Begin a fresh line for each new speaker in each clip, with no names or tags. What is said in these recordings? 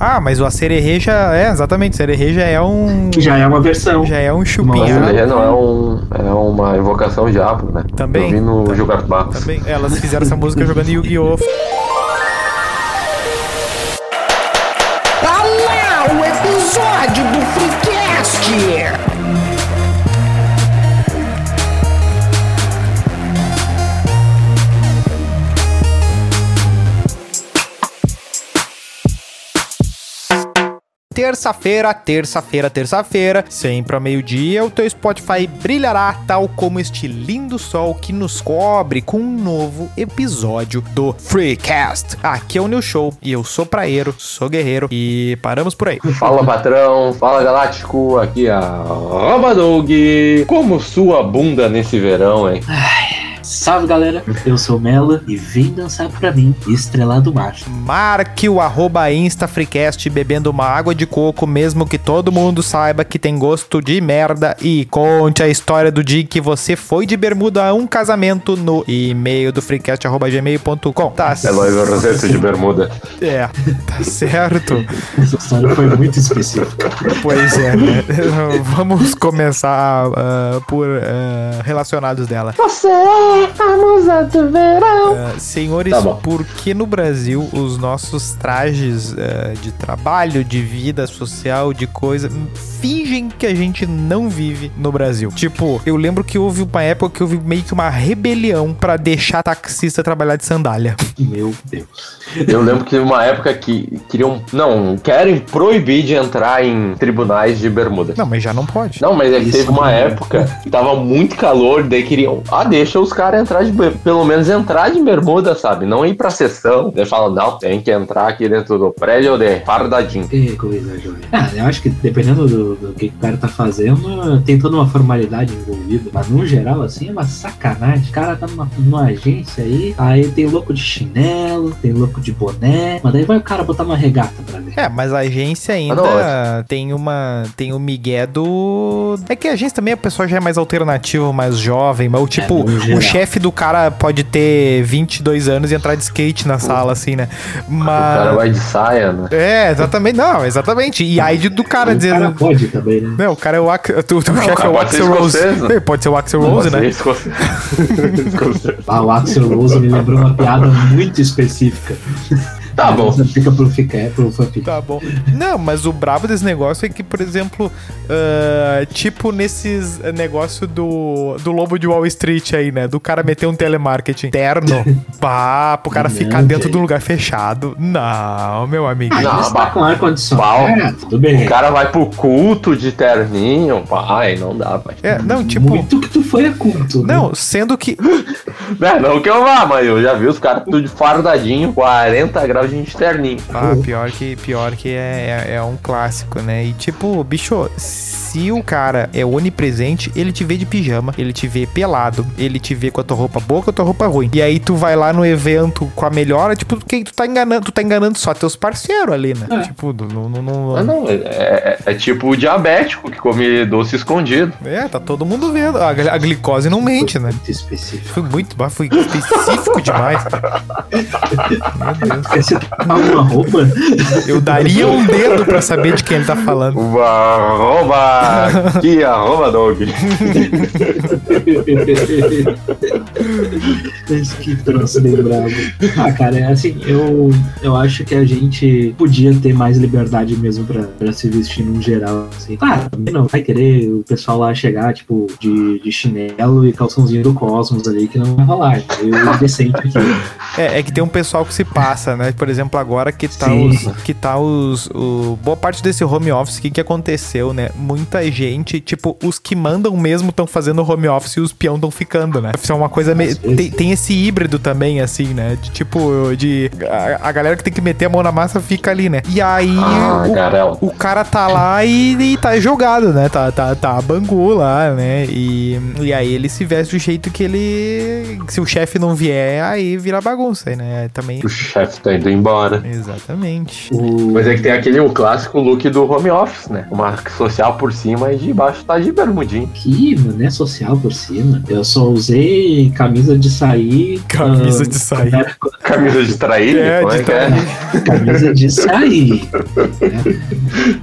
Ah, mas o acererê já é, exatamente, o acererê já é um...
Que já é uma versão.
Já é um
Uma
chupinhado.
Mas não é, um, é uma invocação ao diabo, né?
Também.
Eu vi no
Tá-
Gilberto Barros.
Também, elas fizeram essa música jogando Yu-Gi-Oh!
Olha lá o episódio do Freecast!
Terça-feira, terça-feira, terça-feira, sempre ao meio-dia, o teu Spotify brilhará tal como este lindo sol que nos cobre com um novo episódio do Freecast. Aqui é o New Show e eu sou praeiro, sou guerreiro e paramos por aí.
Fala patrão, fala galáctico, aqui é a Roma Doug. Como sua bunda nesse verão, hein?
é.
Salve galera, eu sou Mela e vem dançar pra mim, Estrela do Mar.
Marque o arroba Insta Freecast bebendo uma água de coco, mesmo que todo mundo saiba que tem gosto de merda. E conte a história do dia que você foi de bermuda a um casamento no e-mail do freecast.gmail.com. Tá,
É Eloy Roseto de bermuda.
é, tá certo.
Essa história foi muito específica.
Pois é, né? Vamos começar ah, por ah, relacionados dela.
Você é a musa do verão.
Ah, senhores,
Tá bom.
por que no Brasil os nossos trajes eh, de trabalho, de vida social, de coisa, fingem que a gente não vive no Brasil? Tipo, eu lembro que houve uma época que houve meio que uma rebelião pra deixar taxista trabalhar de sandália.
Meu Deus.
Eu lembro que uma época que queriam. Não, querem proibir de entrar em tribunais de bermuda.
Não, mas já não pode.
Não, mas é que
Isso
teve uma
não é.
época que tava muito calor, daí queriam. Ah, deixa os caras entrar de. ber- Pelo menos entrar de bermuda, sabe? Não ir pra sessão. Daí falam, não, tem que entrar aqui dentro do prédio de fardadinho.
Que coisa, joia. Ah, eu acho que dependendo do, do que o cara tá fazendo, tem toda uma formalidade envolvida. Mas no geral, assim, é uma sacanagem. O cara tá numa, numa agência aí, aí tem louco de chinelo, tem louco de boné. Mas daí vai o cara botar uma regata pra ver.
É, mas a agência
não,
ainda tem uma. Tem o migué do. É que a agência também, a pessoa já é mais alternativa, mais jovem, mas o tipo,
É, no geral.
o chefe do cara pode ter 22 anos e entrar de skate na sala, assim, né?
O cara
Mas.
vai de saia, né?
É, exatamente. Não, exatamente. E aí de- do cara
o
dizendo.
cara pode também, né?
Não, o cara é o Axel. Tu, tu, o
o
chefe é
cara
o
pode ser
Axel Rose.
escocês, né?
É, Pode ser o Axel Rose, né?
Escocês. Escocês.
Ah, o Axel Rose me lembrou uma piada muito específica.
Tá bom.
Essa Fica pro ficar, pro fanfic.
Tá bom. Não, mas o brabo desse negócio é que, por exemplo, ah, tipo nesses eh, negócio do, do lobo de Wall Street aí, né? Do cara meter um telemarketing interno, pá, pro cara
Não,
ficar dentro de um
gente.
lugar fechado. Não, meu amigo.
Ah,
Não,
mas tá
mas-
com ar-condicionado.
Pau.
É, tudo bem.
O cara vai pro culto de terninho, pai, não dá, pai.
É, não, tipo.
Muito que tu foi a culto. né?
Não, sendo que.
Não, não que eu vá, mas eu já vi os caras tudo de fardadinho, 40 graus de terninho.
Ah, pior que, pior que é, é, é um clássico, né? E tipo, bicho, se o cara é onipresente, ele te vê de pijama, ele te vê pelado, ele te vê com a tua roupa boa, com a tua roupa ruim. E aí tu vai lá no evento com a melhora, tipo, quem tu tá enganando, tu tá enganando só teus parceiros ali, né?
É.
Tipo, não, não, não-
Ah, não, é, é- é tipo o diabético que come doce escondido.
É, tá todo mundo vendo. A, gli- a glicose não mente, né?
Muito específico.
Foi muito, mas foi específico demais. Meu Deus.
Você tá com alguma roupa?
Eu daria um dedo pra saber de quem ele tá falando.
Uba, arroba, que arroba dog.
Mas que troço bem bravo. Ah, cara, é assim, eu, eu acho que a gente podia ter mais liberdade mesmo pra, pra se vestir num geral, assim. Claro, também não vai querer o pessoal lá chegar, tipo, de, de chinelo e calçãozinho do Cosmos ali, que não vai rolar. Eu decente aqui.
É, é que tem um pessoal que se passa, né? Por exemplo, agora que tá
Sim.
os. Que tá os. o- boa parte desse home office, o que, que aconteceu, né? Muita gente, tipo, os que mandam mesmo estão fazendo home office e os peão estão ficando, né? Isso é uma coisa meio.
Às vezes.
Tem, tem esse híbrido também, assim, né? De tipo, de. A, a galera que tem que meter a mão na massa fica ali, né? E aí.
Ah,
o-
caramba.
o cara tá lá e, e tá jogado, né? Tá, tá, tá a bangu lá, né? E, e aí ele se veste do jeito que ele. Se o chefe não vier, aí vira bagunça, né? Também.
O chefe tá indo embora.
Exatamente.
O...
Mas é que tem aquele o clássico look do home office, né? Uma social por cima e de baixo tá de bermudinho.
Que mané social por cima. Eu só usei camisa de sair.
Camisa de
ah,
sair.
era
Camisa de traíra,
É,
como é
de
que é?
Camisa de sair. né?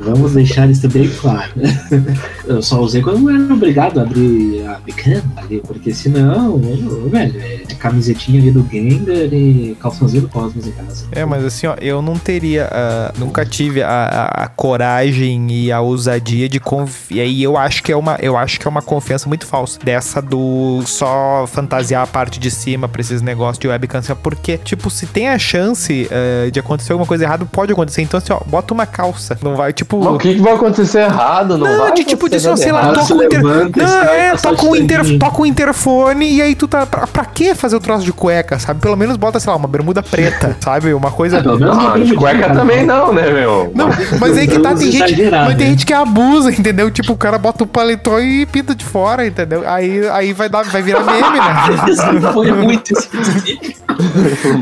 Vamos deixar isso bem claro. Eu só usei quando eu era obrigado a abrir a bicana ali, porque senão, eu- velho, é camisetinha ali do Ganger e calçãozinho do Cosmos em casa.
É, mas assim, ó, eu não teria, ah, nunca tive a, a- a coragem e a ousadia de confiar. E eu acho que é uma, eu acho que é uma confiança muito falsa dessa do só fantasiar a parte de cima pra esses negócios de webcam, assim, ó, porque tipo, se tem a chance ah, de acontecer alguma coisa errada, pode acontecer. Então assim, ó, bota uma calça, não vai tipo
Mas o que, que vai acontecer errado? Não,
Não,
vai
de tipo,
acontecer né?
de,
nada
sei lá,
errado.
tô
se
com inter-
levanta,
não,
sai,
é,
passa
toca um,
de
inter...
tanguinho.
toca um interfone e aí tu tá. Pra, pra que fazer o troço de cueca, sabe? Pelo menos bota, sei lá, uma bermuda preta, sabe? Uma coisa.
Ah, pelo menos uma
Ah, de
bermudinha,
cueca
cara.
também não, né, meu?
Não, mas aí que tá, tem gente.
Exagerado,
Mas tem
né?
gente que abusa, entendeu? Tipo, o cara bota o paletó e pinta de fora, entendeu? Aí, aí vai, dar, vai virar meme,
Isso
né?
foi muito específico.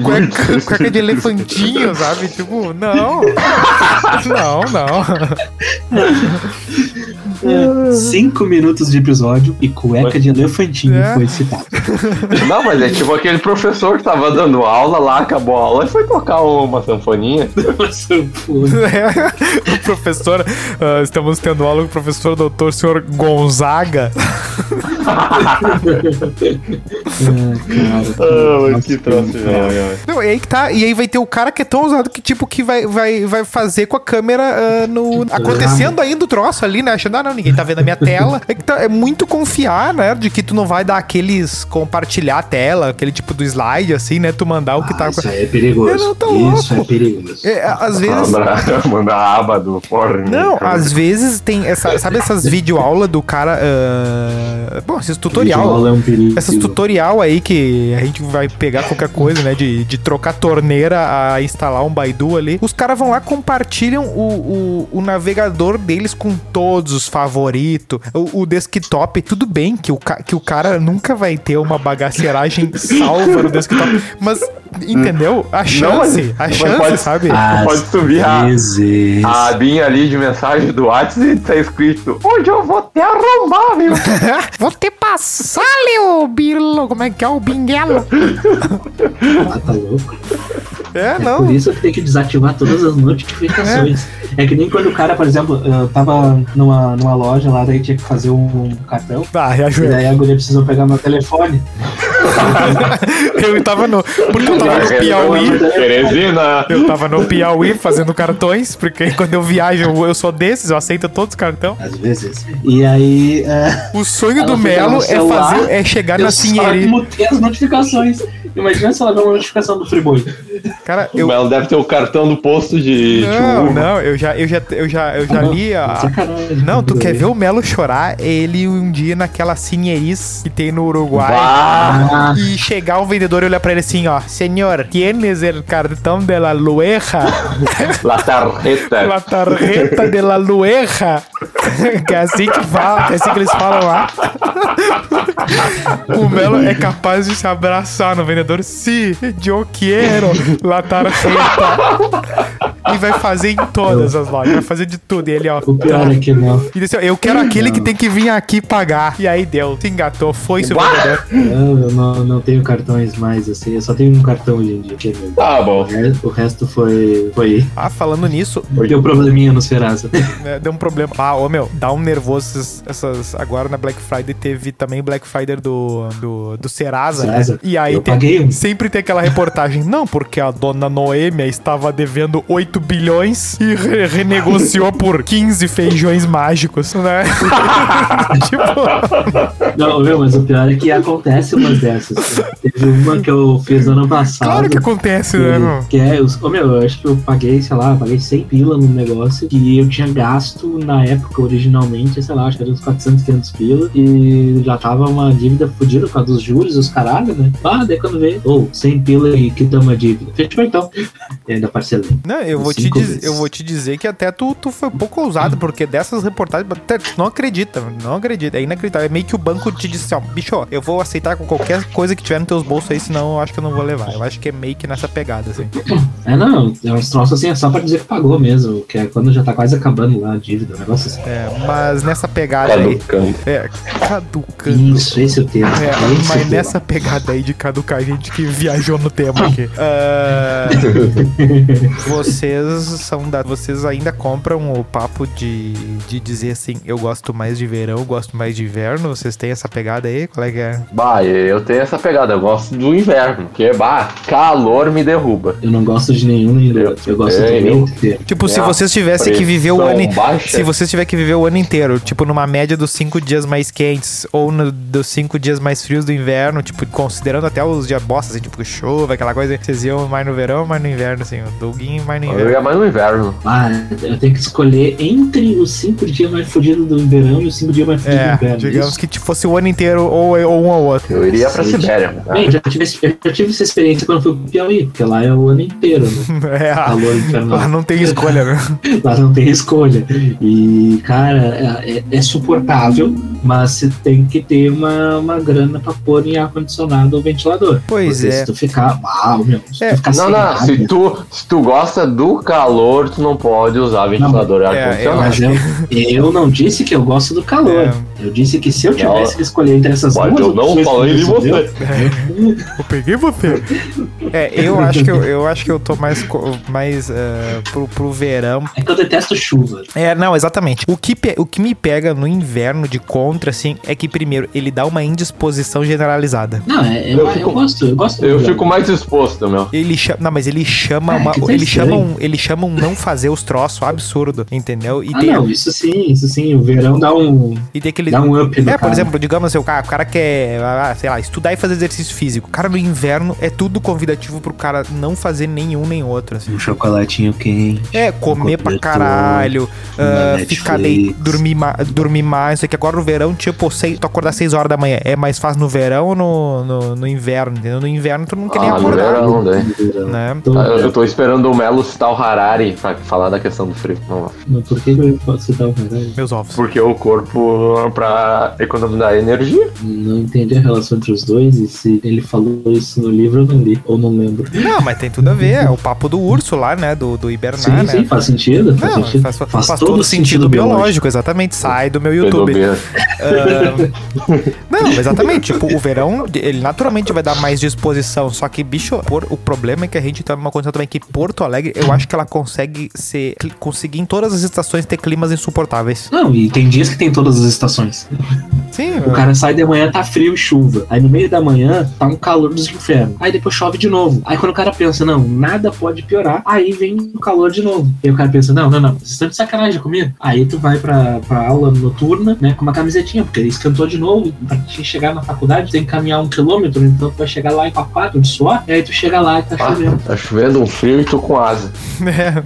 cueca, cueca de elefantinho, sabe? Tipo, não. Não, não.
Cinco minutos de episódio e cueca de elefantinho
É.
foi citado.
Não, mas é tipo aquele professor que tava dando aula lá, acabou a aula e foi tocar uma sanfoninha.
Nossa, pô.
É, o professor, ah, estamos tendo aula com o professor doutor senhor Gonzaga.
Ah, cara. Nossa,
Não, e aí que tá, e aí vai ter o cara que é tão ousado que tipo que vai, vai, vai fazer com a câmera ah, no acontecendo ainda o troço ali, né? Achando, ah, não, ninguém tá vendo a minha tela. É, que tá- é muito confiar, né, de que tu não vai dar aqueles compartilhar a tela, aquele tipo do slide assim, né, tu mandar o que tá
Isso aí é perigoso.
Eu não tô
Isso é
louco.
perigoso.
É, às vezes
Abra- Manda a aba do porno.
Não, às vezes tem essa, sabe essas videoaulas do cara, ah, bom, esses tutorial,
Videoaula é um perigo.
Essas tutorial aí que a gente vai pegar qualquer coisa, né? De, de trocar torneira a instalar um Baidu ali. Os caras vão lá, compartilham o, o, o navegador deles com todos os favoritos, o, o desktop. Tudo bem que o, ca- que o cara nunca vai ter uma bagaceragem salva no desktop, mas entendeu? A chance, a
mas
chance,
pode-
sabe?
Às
Pode subir ah. a-
vezes.
A abinha ali de mensagem do WhatsApp e tá escrito Onde eu vou te arrombar, meu?
Vou te passar, Leo Birlo. Como é que é o Binguelo?
Ah, tá louco.
É,
É
não.
por isso que tem que desativar todas as notificações. É, que nem quando o cara, por exemplo, eu tava numa, numa loja lá, daí tinha que fazer um cartão.
Ah,
E
reajuda.
daí a guria precisou pegar meu telefone.
Eu tava no. Porque eu tava no Piauí.
Teresina.
Eu tava no Piauí fazendo cartões, porque quando eu viajo, eu, eu sou desses, eu aceito todos os cartões.
Às vezes. E aí. é,
O sonho
Ela
do
pegava
Melo
o
é
celular,
fazer é chegar na
eu só
Sinheria.
mutei as notificações. Imagina se ela vê uma notificação do Friboi.
Cara, eu.
Mas Ela deve ter o cartão do posto de, tipo, de
Não,
Uber.
não, eu já, eu já, eu já, eu já li a.
Sacanagem.
Ah. Não, tu quer ver o Melo chorar? Ele um dia naquela Sinheris que tem no Uruguai.
Bah!
Ah,
E chegar o vendedor e olhar pra ele assim, ó. Senhor, tienes el cartão de la lueja?
La tarjeta.
La tarjeta de la lueja. Que é assim que, fala, que é assim que eles falam lá. O Melo é capaz de se abraçar no vendedor. Si, yo quiero la tarjeta. E vai fazer em todas as lojas. Vai fazer de tudo. E ele, ó.
o pior é que não.
E disse, ó, eu quero aquele que tem que vir aqui pagar. E aí deu. Se engatou, foi seu vendedor.
Eu eu não, não tenho cartões mais, assim. Eu só tenho um cartão hoje em dia. que é meu.
Tá
O
bom.
re- O resto foi. Foi.
Ah, falando nisso,
Deu probleminha no Serasa.
né, deu um problema. Ah, ô meu, dá um nervoso essas, essas- Agora na Black Friday teve também Black Friday do, do, do Serasa. né?
Serasa?
E aí
Eu
tem-
paguei um.
sempre tem aquela reportagem. Não, porque a dona Noêmia estava devendo 8 bilhões e re- renegociou por 15 feijões mágicos, né? tipo,
Não, meu, mas o pior é que acontece umas dessas. Teve uma que eu fiz ano passado.
claro que acontece, né, meu?
que é, os, ô, meu, eu acho que eu paguei, sei lá, eu paguei 100 pila num negócio que eu tinha gasto na época originalmente, sei lá, acho que era uns 400, 500 pila e já tava uma dívida fodida por causa dos juros, os caralho, né? Ah, daí quando vê, ou 100 pila e quitamos a dívida. Fechou então. E ainda parcelei.
Não, eu vou, te
Cinco
diz-
vezes.
eu vou te dizer que até tu, tu foi pouco ousado, porque dessas reportagens, até tu não acredita, mano, não acredita, é inacreditável. É meio que o banco te disse assim, ó, bicho, eu vou aceitar com qualquer coisa que tiver nos teus bolsos aí, senão eu acho que eu não vou levar. Eu acho que é meio que nessa pegada, assim.
É, não, é uns troços assim, é só pra dizer que pagou mesmo, que é quando já tá quase acabando lá a dívida, um negócio assim.
É, mas nessa pegada aí.
Caducando.
É, caducando.
Isso, esse é o termo.
É,
esse é o
mas
termo.
nessa pegada aí de caducar, a gente que viajou no tema aqui. Ah, vocês são da. Vocês ainda compram o papo de, de dizer assim, eu gosto mais de verão, eu gosto mais de inverno. Vocês têm essa pegada aí? Qual é que é?
Bah, eu tenho essa pegada, eu gosto do inverno, porque, bah, calor me derruba.
Eu não gosto de nenhum nem do
Eu-
outro, eu gosto
é,
de nenhum
eu-
termo.
Tipo, se
É,
vocês tivessem que viver o ano.
Pressão
in-
Baixa,
Se vocês tiverem que viver o ano inteiro, tipo, numa média dos cinco dias mais quentes ou no- dos cinco dias mais frios do inverno, tipo, considerando até os dias bosta, assim, tipo, chuva, aquela coisa, vocês iam mais no verão, mais no inverno, assim, o Douguinho mais no
eu
inverno.
ia mais no inverno.
Ah, eu tenho que escolher entre os cinco dias mais fodidos do verão e os cinco dias mais fodidos do
É,
inverno.
digamos
isso?
que tipo, fosse o ano inteiro ou, ou um ou outro.
Eu iria pra
Sim.
Sibéria. né?
Bem, já tive, esse- eu já tive essa experiência quando fui pro Piauí, porque lá é o ano inteiro, né?
É,
Calor infernal.
lá não tem escolha, né?
Lá não tem escolha. E, cara, é, é- é suportável, mas você tem que ter uma, uma grana pra pôr em ar-condicionado ou ventilador.
Pois
Porque
é.
Se tu ficar. Uau, meu. Se
É,
tu ficar sem
Não, não,
nada,
se tu, se tu gosta do calor, tu não pode usar ventilador e
é,
ar-condicionado.
Mas eu, tá eu não disse que eu gosto do calor.
É.
Eu disse que se eu tivesse que escolher entre essas
Mas
duas
eu não
opções
falei
que
de
você deu,
você.
Eu peguei você. É, eu acho que eu, eu acho que eu tô mais, co- mais eh, pro, pro verão,
É que eu detesto chuva.
É, não, exatamente. O que, pe- o que me pega no inverno de contra, assim, é que, primeiro, ele dá uma indisposição generalizada.
Não, é, é
Eu
uma- eu,
fico-
gosto, eu gosto.
Eu
do
fico mais exposto, meu.
Ele chama. Não, mas ele chama
Ah,
uma.
que tá
ele,
estranho.
chama um, ele chama um não fazer os troços absurdo, entendeu? E,
verão. Ah,
tem,
não, isso sim, isso sim. O verão dá um,
e tem aquele.
dá um up no
É, por
cara.
exemplo, digamos assim, o cara, o cara quer, ah, sei lá, estudar e fazer exercício físico. Cara, no inverno é tudo convidativo pro cara não fazer nenhum nem outro, assim.
Um chocolatinho quente.
É, comer pra
cobertor,
caralho,
uma
ah, ficar
né? Netflix.
deitado, dormir, ma dormir mais, isso que agora no verão, tipo, sei, tu acordar 6 horas da manhã. É mais fácil no verão ou no, no, no inverno, entendeu? No inverno tu não quer nem
Ah, no
acordar,
verão, daí.
Verão.
né?
Então,
Ah, Eu eu tô esperando o Melo citar o Harari pra falar da questão do frio. Não,
Mas por que que eu posso citar o Harari?
Meus ovos.
Porque o corpo é pra economizar energia.
Não entendi a relação entre os dois e se ele falou isso no livro eu não li, ou não lembro.
Não, mas tem tudo a ver, é o papo do urso lá, né? Do, do hibernar,
sim,
né?
sim, faz sentido. Faz
Não,
sentido.
faz, faz todo sentido biológico, exatamente. Sai do meu YouTube.
Pedobia.
Ah, não, exatamente. Tipo, o verão, ele naturalmente vai dar mais disposição. Só que, bicho, por- o problema é que a gente tá numa condição também que Porto Alegre, eu acho que ela consegue ser. conseguir em todas as estações ter climas insuportáveis.
Não, e tem dias que tem todas as estações.
Sim,
O cara sai de manhã, tá frio e chuva. Aí no meio da manhã, tá um calor dos infernos. Aí depois chove de novo. Aí quando o cara pensa, não, nada pode piorar, aí vem o calor de novo. Aí o cara pensa, não, não, não, vocês estão de sacanagem comigo. Aí tu vai pra, pra aula noturna, né, com uma camisetinha, porque esquentou de novo. Pra te chegar na faculdade, tu tem que caminhar um quilômetro, então tu vai chegar lá empapado de suor. E aí tu chega lá e tá
Ah,
chovendo.
tá chovendo um frio e tô com asa.
é.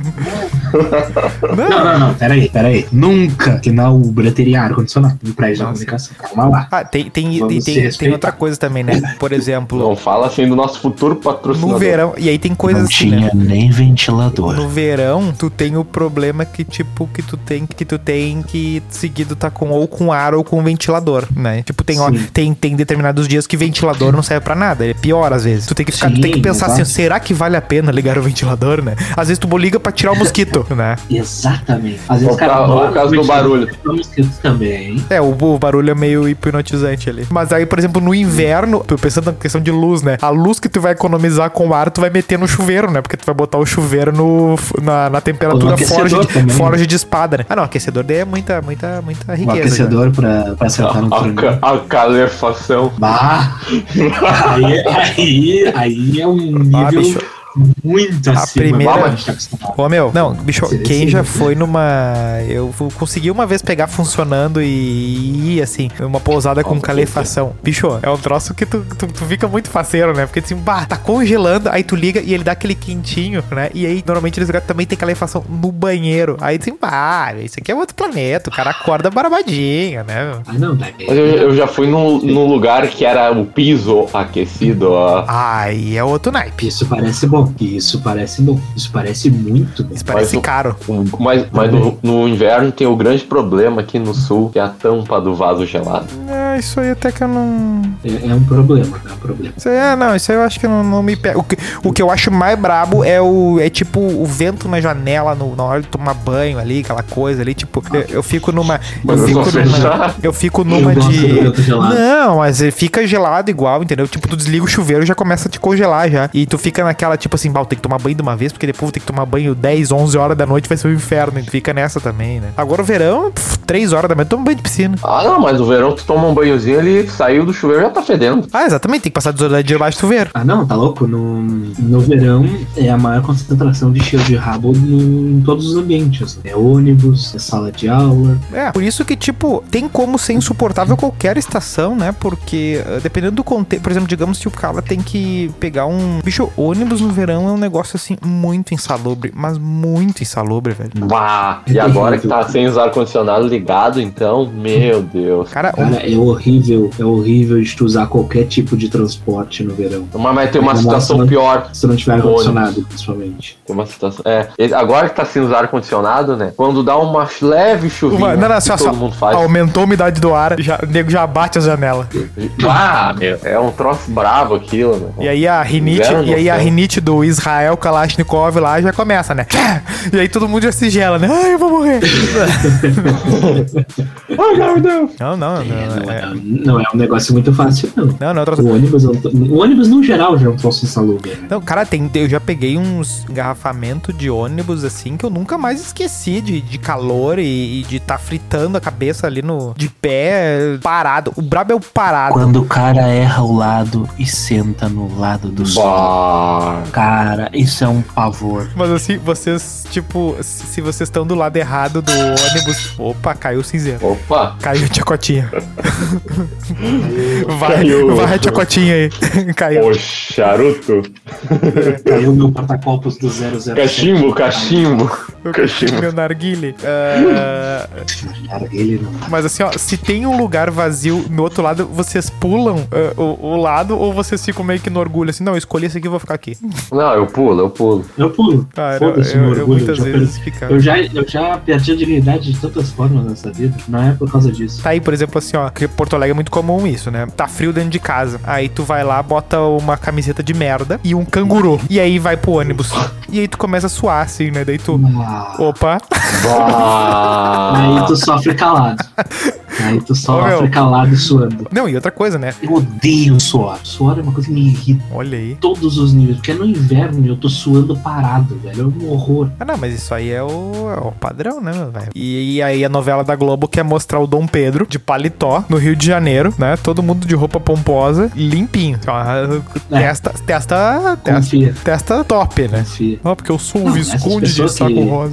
Não,
Não.
não, não, peraí, peraí. Nunca que na Ubra teria ar-condicionado no prédio da
Nossa.
comunicação. Calma lá.
Ah, tem, tem, tem,
Vamos se
tem, tem
respeitar.
outra coisa também, né? Por exemplo,
Não fala assim do nosso futuro
no
patrocinador.
verão. E aí tem coisas assim, né?
nem ventilador.
No verão, tu tem o problema que, tipo, que tu tem que tu tem que seguido tá com ou com ar ou com ventilador, né? Tipo, tem, ó,
Sim.
tem, tem determinados dias que ventilador não serve pra nada, ele é pior às vezes. Tu tem que ficar, tu tem que
Sim,
pensar
exato.
assim, será que vale a pena ligar o ventilador, né? Às vezes tu liga pra tirar o mosquito, né?
Exatamente. Às vezes
Ou
o cara
ca-
dorme
ou o caso do
no
barulho.
ventilador, toma mosquito também.
É, o, o barulho é meio hipnotizante ali. Mas aí, por exemplo, no inverno, tu pensando na questão de luz, né? A luz que tu vai economizar com o ar, tu vai meter no chuveiro, né? Porque tu vai botar o chuveiro no, na, na temperatura
aquecedor
forge, de-
também, né?
forge de espada, né? Ah, não, aquecedor daí é muita, muita, muita
Um
riqueza. né?
aquecedor pra, pra acertar no
A,
frango.
ca- a calefação.
Bah! Aí, aí, aí é um nível
Ah, bicho.
muito
A
acima.
primeira-
Bah, mas a gente tá acostumado.
Ô meu, não, bicho,
Sim,
quem
sim.
já foi numa. Eu fu- consegui uma vez pegar funcionando e ir, assim, numa pousada com
Nossa,
calefação. Bicho, é um troço que tu, tu, tu fica muito faceiro, né? Porque assim, bah, tá congelando, aí tu liga e ele dá aquele quentinho, né? E aí, normalmente, eles lugares também tem calefação no banheiro. Aí assim, bah, isso aqui é outro planeta, o cara acorda barbadinha, né? meu?
Ah, não, daí.
Mas eu, eu já fui num, num lugar que era o piso aquecido. ó.
Aí é outro naipe.
Isso parece bom. Pô, isso parece bom. Isso parece muito bom.
Isso parece
Mas o-
caro.
Mas, mas no, no inverno tem o grande problema aqui no sul, que é a tampa do vaso gelado.
É, isso aí até que eu não.
É, é um problema, é um problema.
Isso aí, é, não, isso aí eu acho que não, não me pega. O que, o que eu acho mais brabo é o. É tipo o vento na janela no, na hora de tomar banho ali, aquela coisa ali. Tipo, eu, eu fico numa. Eu
Mas
fico
não
numa.
fechar.
Eu fico numa
eu gosto do
de.
vento gelado.
Não, mas eh, fica gelado igual, entendeu? Tipo, tu desliga o chuveiro já começa a te congelar já. E tu fica naquela, tipo assim, bah, eu tenho que tomar banho de uma vez, porque depois eu tenho que tomar banho 10, 11 horas da noite, vai ser um inferno. E tu fica nessa também, né? Agora o verão, pff, 3 horas da manhã, toma banho de piscina.
Ah, não, mas no verão tu toma um banhozinho, ele saiu do chuveiro e já tá fedendo.
Ah, exatamente, tem que passar desodorante debaixo do chuveiro.
Ah não, tá louco? No, no verão é a maior concentração de cheiro de rabo no- em todos os ambientes. É ônibus, é sala de aula.
É, por isso que, tipo, tem como ser insuportável qualquer estação, né? Porque eh, dependendo do contexto, por exemplo, digamos que o cara tem que pegar um. Bicho, ônibus no verão é um negócio assim muito insalubre, mas muito insalubre, velho.
Bah, e agora que tá sem os ar-condicionado ligado, então, meu Deus.
Cara,
Cara, é horrível, é horrível de tu usar qualquer tipo de transporte no verão.
Mas vai ter uma
Nossa,
situação
mano.
né?
pior.
Se tu não tiver
Ônibus.
ar-condicionado, principalmente.
Tem uma situação. É, ele- agora que tá sem usar ar-condicionado, né? Quando dá uma leve chuvinha,
Uma- não, não,
que
só-
todo
só-
mundo faz.
aumentou a umidade do ar, já, o nego já bate a janela.
Ah, meu, é um troço bravo aquilo, né?
E aí a rinite,
Inverno,
e aí a
céu.
rinite do Israel Kalashnikov lá já começa, né? E aí todo mundo já se gela, né? Ai, eu vou morrer.
Ai, meu Deus.
Não, não,
É,
não.
não,
é-
é, não é um negócio muito fácil, não.
Não, não, é
O
troço-
ônibus, é um to- o ônibus no geral já é um troço insalubre. né?
Não, cara, tem, eu já peguei uns engarrafamento de ônibus assim que eu nunca mais esqueci de, de calor e, e de tá fritando a cabeça ali no de pé, parado. O brabo é o parado.
Quando o cara erra o lado e senta no lado do sol.
Bah.
Cara, isso é um pavor.
Mas assim, vocês, tipo, se se vocês estão do lado errado do ônibus, opa, caiu o cinzeiro.
Opa,
Caiu a chacotinha. Vai,
Caiu.
vai a chacotinha aí. Caiu.
o charuto.
Caiu meu porta-copos do 00.
É
Cachimbo, cachimbo. Cachimbo.
Meu narguile. Ah,
Cara, ele não.
mas assim, ó, se tem um lugar vazio no outro lado, vocês pulam ah, o, o lado ou vocês ficam meio que no orgulho assim, não, eu escolhi esse aqui eu vou ficar aqui.
Não, eu pulo, eu pulo.
Eu pulo.
Cara,
Foda-se,
eu,
meu
eu- eu
orgulho,
muitas
já
vezes ficava.
Eu já, eu já perdi a dignidade de tantas formas nessa vida. Não é por causa disso.
Tá aí, por exemplo, assim, ó, que Porto Alegre é muito comum isso, né? Tá frio dentro de casa. Aí tu vai lá, bota uma camiseta de merda e um canguru. E aí vai pro ônibus. E aí tu começa a suar, assim, né? Daí tu.
Ah,
Opa!
Bah.
Aí tu sofre calado. Aí tu sofre
Ô, meu.
calado e suando.
Não, e outra coisa, né?
Eu odeio suor. Suor é uma coisa que me irrita
Olha aí.
em todos os níveis. Porque é no inverno eu tô suando parado, velho. É um horror.
Ah, não, mas isso aí é o, é o padrão, né, meu velho? E, e aí a novela da Globo quer mostrar o Dom Pedro de paletó no Rio de Janeiro, né? Todo mundo de roupa pomposa, limpinho. Ó,
É.
Testa, testa, testa,
Confia,
testa top, né?
confia.
Ó, porque eu sou um
Não, essas
visconde de
pessoas
saco
que-
rosa.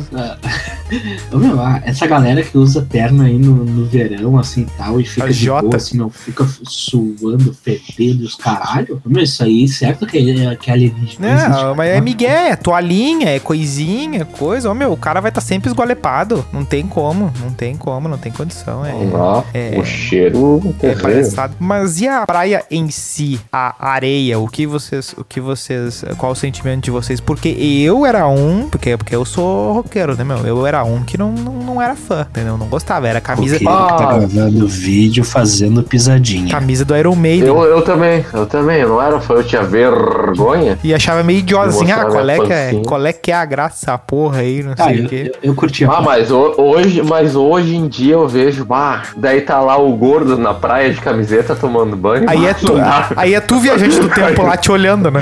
Ô, meu, ah, essa galera que usa terno aí no, no verão, assim, tal, e fica
A
de
Jota.
boa, assim, não fica suando, fedendo os caralho. Ô, Meu, isso aí, certo que é, que é alienígena.
Não,
existe,
mas é
cara.
migué, é toalhinha, é coisinha, é coisa. Ô, meu, o cara vai estar sempre esgolepado. Não tem como, não tem como, não tem condição. É,
Ó,
É.
O cheiro
é
terrível.
palhaçada. Mas e a praia em si, a areia, o que vocês, o que vocês, qual o sentimento de vocês? Porque eu era um, porque, porque eu sou roqueiro, né, meu? Eu era um que não, não, não era fã, entendeu? Não gostava, era camisa,
Roqueiro que tá
Ah.
gravando vídeo fazendo pisadinha.
camisa do Iron Maiden.
Eu, eu também, eu também, eu não era fã, eu tinha vergonha.
E achava meio idiota, assim, ah,
Mostrava
qual é, que é,
pancinha.
qual é que é a graça essa porra aí, não
Cara,
sei o
Tá, eu,
quê.
eu, eu curti a
Ah, mas ho- hoje, mas hoje em dia eu vejo, bah, daí tá lá o gordo na praia de camiseta tomando banho.
Aí
bah,
é, tu,
não dá.
aí é tu viajante do tempo lá te olhando, né?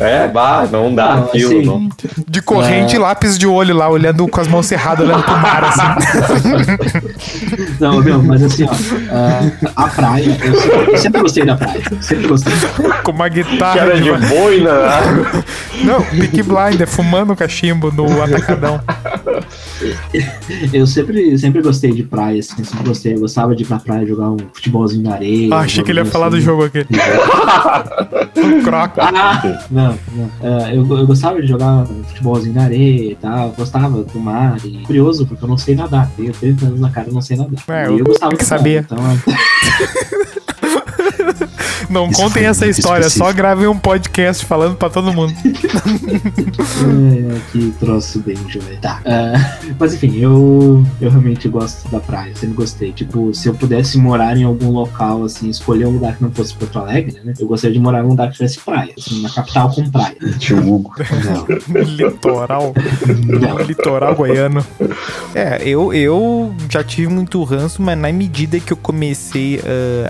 É, bah, não dá
Não,
aquilo,
assim,
não.
De corrente
É.
e lápis de olho lá, olhando com as mãos cerradas, olhando pro mar, assim.
Não, não, mas assim, ó, ah, a praia, eu sempre, eu sempre gostei da praia. Sempre gostei.
com uma guitarra.
Cara
de-
de boina, né?
Não, Peaky Blinder, fumando um cachimbo no atacadão.
Eu sempre, sempre gostei de praia, assim, sempre gostei. Eu gostava de ir pra praia jogar um futebolzinho na areia.
Ah, achei que ele ia
joguinho
falar do
assim.
né?
jogo aqui. Croca.
Ah, não, não. Ah, eu, eu gostava de jogar futebolzinho na areia e tal, gostava do mar. E curioso, porque eu não sei nadar. Tenho 30 anos na cara, eu não sei nadar. então,
É,
e
eu
eu gostava
que
de nadar,
sabia.
Então, é.
Não
Isso
contem
foi
essa
muito
história,
específico.
só gravem um podcast falando pra todo mundo.
É, que troço bem velho. Tá. é, mas enfim, eu, eu realmente gosto da praia, sempre gostei. Tipo, se eu pudesse morar em algum local, assim, escolher um lugar que não fosse Porto Alegre, né? Eu gostaria de morar em um lugar que tivesse praia, assim, uma capital com praia.
Te julgo.
Não,
Litoral. Litoral goiano. É, eu, eu já tive muito ranço, mas na medida que eu comecei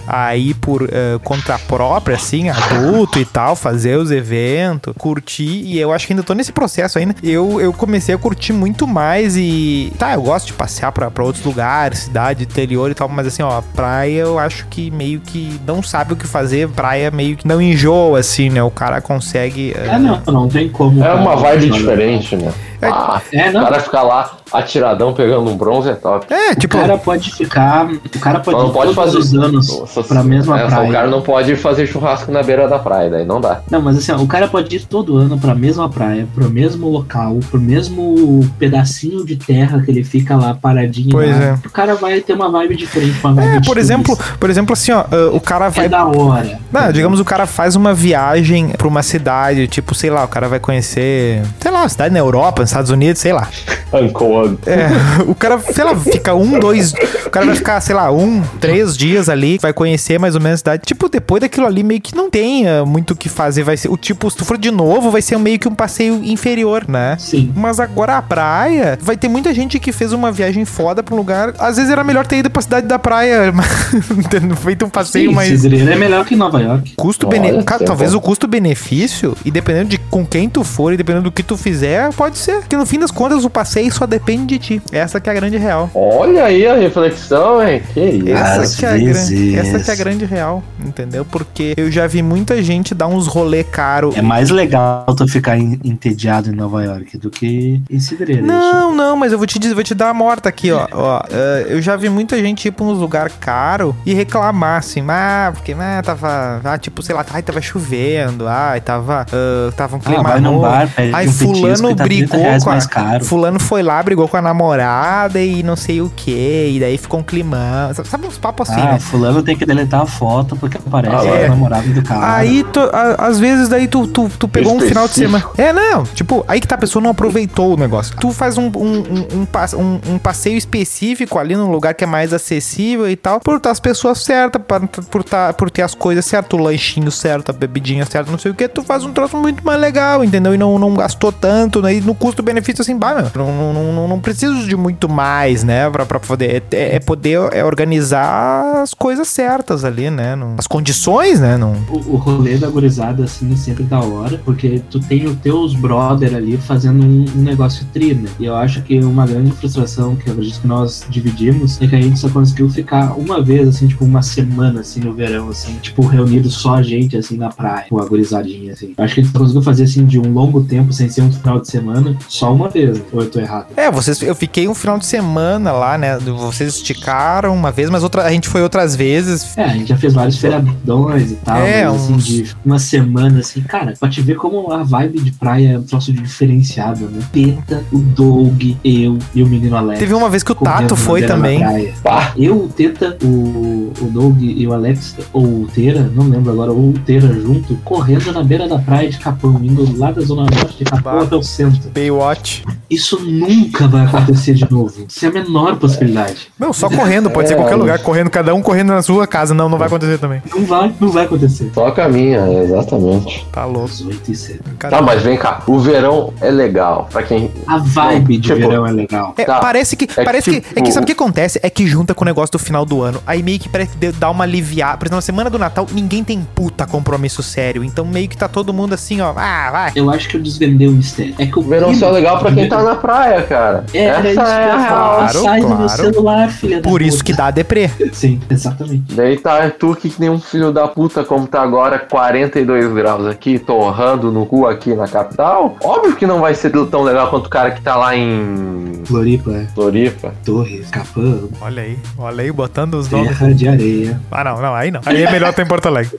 ah, a ir por ah, conta própria, assim, adulto e tal, fazer os eventos, curtir, e eu acho que ainda tô nesse processo ainda, eu, eu comecei a curtir muito mais e. Tá, eu gosto de passear pra, pra outros lugares, cidade, interior e tal, mas assim, ó, praia eu acho que meio que não sabe o que fazer, praia meio que não enjoa, assim, né? O cara consegue. ah,
é, não, não tem como.
É
cara,
uma vibe
não,
diferente, né?
É.
Ah,
É,
o
não,
cara ficar lá atiradão pegando um bronze é top.
É,
o
tipo,
cara pode ficar. O cara pode
Só não
ir
pode
todos
fazer-
os anos
Nossa,
pra mesma
é, só
praia.
O cara não pode fazer churrasco na beira da praia, daí não dá.
Não, mas assim, ó, o cara pode ir todo ano pra mesma praia, pro mesmo local, pro mesmo pedacinho de terra que ele fica lá paradinho.
Pois
lá. O cara vai ter uma vibe diferente, uma vibe
É,
de
por exemplo,
turista.
por exemplo, assim, ó, ah, o cara
É
vai.
da hora.
Não, digamos, o cara faz uma viagem pra uma cidade, tipo, sei lá, o cara vai conhecer, sei lá, uma cidade na Europa, nos Estados Unidos, sei lá.
Ancoando.
É, o cara, sei lá, fica um, dois. O cara vai ficar, sei lá, um, três dias ali, vai conhecer mais ou menos a cidade. Tipo, depois daquilo ali, meio que não tem ah, muito o que fazer. Vai ser. O tipo, se tu for de novo, vai ser meio que um passeio inferior, né?
Sim.
Mas agora a praia, vai ter muita gente que fez uma viagem foda pra um lugar. Às vezes era melhor ter ido pra cidade da praia, tendo feito um passeio
Sim,
mais.
Cidreira é melhor que Nova York.
Custo
Olha,
bene... Cara,
isso é
talvez
bom.
o custo-benefício, e dependendo de com quem tu for e dependendo do que tu fizer, pode ser. Porque no fim das contas, o passeio só depende de ti. Essa que é a grande real.
Olha aí a reflexão, hein? Que isso.
Essa
Às
que, é a grande,
vezes.
essa que é a grande real, entendeu? Porque eu já vi muita gente dar uns rolê caro.
É mais legal tu ficar en- entediado em Nova York do que em
é
Cidreira.
Não, não, mas eu vou te dizer, vou te dar a morta aqui, ó. ó eh, eu já vi muita gente ir pra uns lugar caro e reclamar assim, ah, porque ah, tava, ah, tipo, sei lá, ai, tava chovendo, ai, tava, ah, tava um
Ah,
clima
vai num
ruim.
bar, pede
Aí
um
fulano
petisco e tá 30
brigou
reais
com a-
mais caro.
Fulano foi lá, brigou com a namorada e não sei o que, e daí ficou um climão. Sabe, sabe uns papos assim,
ah,
né?
fulano tem que deletar a foto porque aparece
Ah,
é.
o namorado do cara.
Aí, tu- a- às vezes, daí tu, tu, tu pegou um
Específico.
final de semana. É, não. Tipo, aí que tá, a pessoa não aproveitou o negócio. Tu faz um, um, um- um passe- um- um passeio específico ali num lugar que é mais acessível e tal, por estar as pessoas certas, pra- por, tá, por ter as coisas certas, o lanchinho certo, a bebidinha certa, não sei o que, tu faz um troço muito mais legal, entendeu? E não, não gastou tanto, né? E no custo-benefício, assim, bah, meu, não, não, não- não, não preciso de muito mais, né? Pra, pra poder. É, é poder é organizar as coisas certas ali, né? Não- as condições, né? Não,
O, o rolê da gurizada, assim, é sempre da hora, porque tu tem os teus brother ali fazendo um, um negócio tri, né? E eu acho que uma grande frustração que eu acredito que nós dividimos é que a gente só conseguiu ficar uma vez, assim, tipo, uma semana, assim, no verão, assim, tipo, reunido só a gente, assim, na praia, com a gurizadinha, assim. Eu acho que a gente só conseguiu fazer, assim, de um longo tempo, sem ser um final de semana, só uma vez, né? Ou eu tô errado?
É, vocês, eu fiquei um final de semana lá, né? Vocês esticaram uma vez, mas outra, a gente foi outras vezes.
É, a gente já fez vários feriadões e tal,
É,
mas, assim,
uns-
de uma semana, assim, cara, pra te ver como a vibe de praia é um troço de diferenciado, né? Penta, o Doug, eu e o menino Alex.
Teve uma vez que o
correndo
Tato
na
foi
beira da
também.
praia.
Pá.
Eu, o Teta, o, o Doug e o Alex, ou o Tera, não lembro agora, ou o Tera junto, correndo na beira da praia de Capão, indo lá da zona norte de Capão
Bah.
até o centro.
Baywatch.
Isso nunca vai acontecer de novo. Isso é a menor possibilidade.
Não, só correndo, pode ser
É,
qualquer lugar, correndo, cada um correndo na sua casa. Não, não vai acontecer também.
Não vai, não vai acontecer.
Só caminha, exatamente.
Tá louco.
18 e 7.
Cada... um.
Tá, mas vem cá. O verão é legal. Pra quem.
A vibe de
Tipo,
verão é legal.
É,
tá.
Parece que. parece que,
tipo-
É que sabe o que acontece? É que junta com o negócio do final do ano. Aí meio que parece que deu- dá uma aliviada. Por exemplo, na semana do Natal, ninguém tem puta compromisso sério. Então meio que tá todo mundo assim, ó. Ah, vai.
Eu acho que eu desvendei o mistério. É que o
O verão
clima
só é legal
do
pra quem
verão-
tá na praia, cara.
É, era isso que eu
Essa é
ia
a real.
real.
falar. Sai do meu
Claro,
celular, filha da
Por isso que
puta.
dá deprê.
Sim, exatamente.
Daí tá tu que nem um filho da puta, como tá agora 42 graus aqui, torrando no cu aqui na capital. Óbvio que não vai ser tão legal quanto o cara que tá lá em
Floripa, é.
Floripa.
Torres, Capão,
Olha aí, olha aí, botando os nomes.
Terra de Areia.
Ah, não, não, aí não. Aí é melhor ter em Porto Alegre.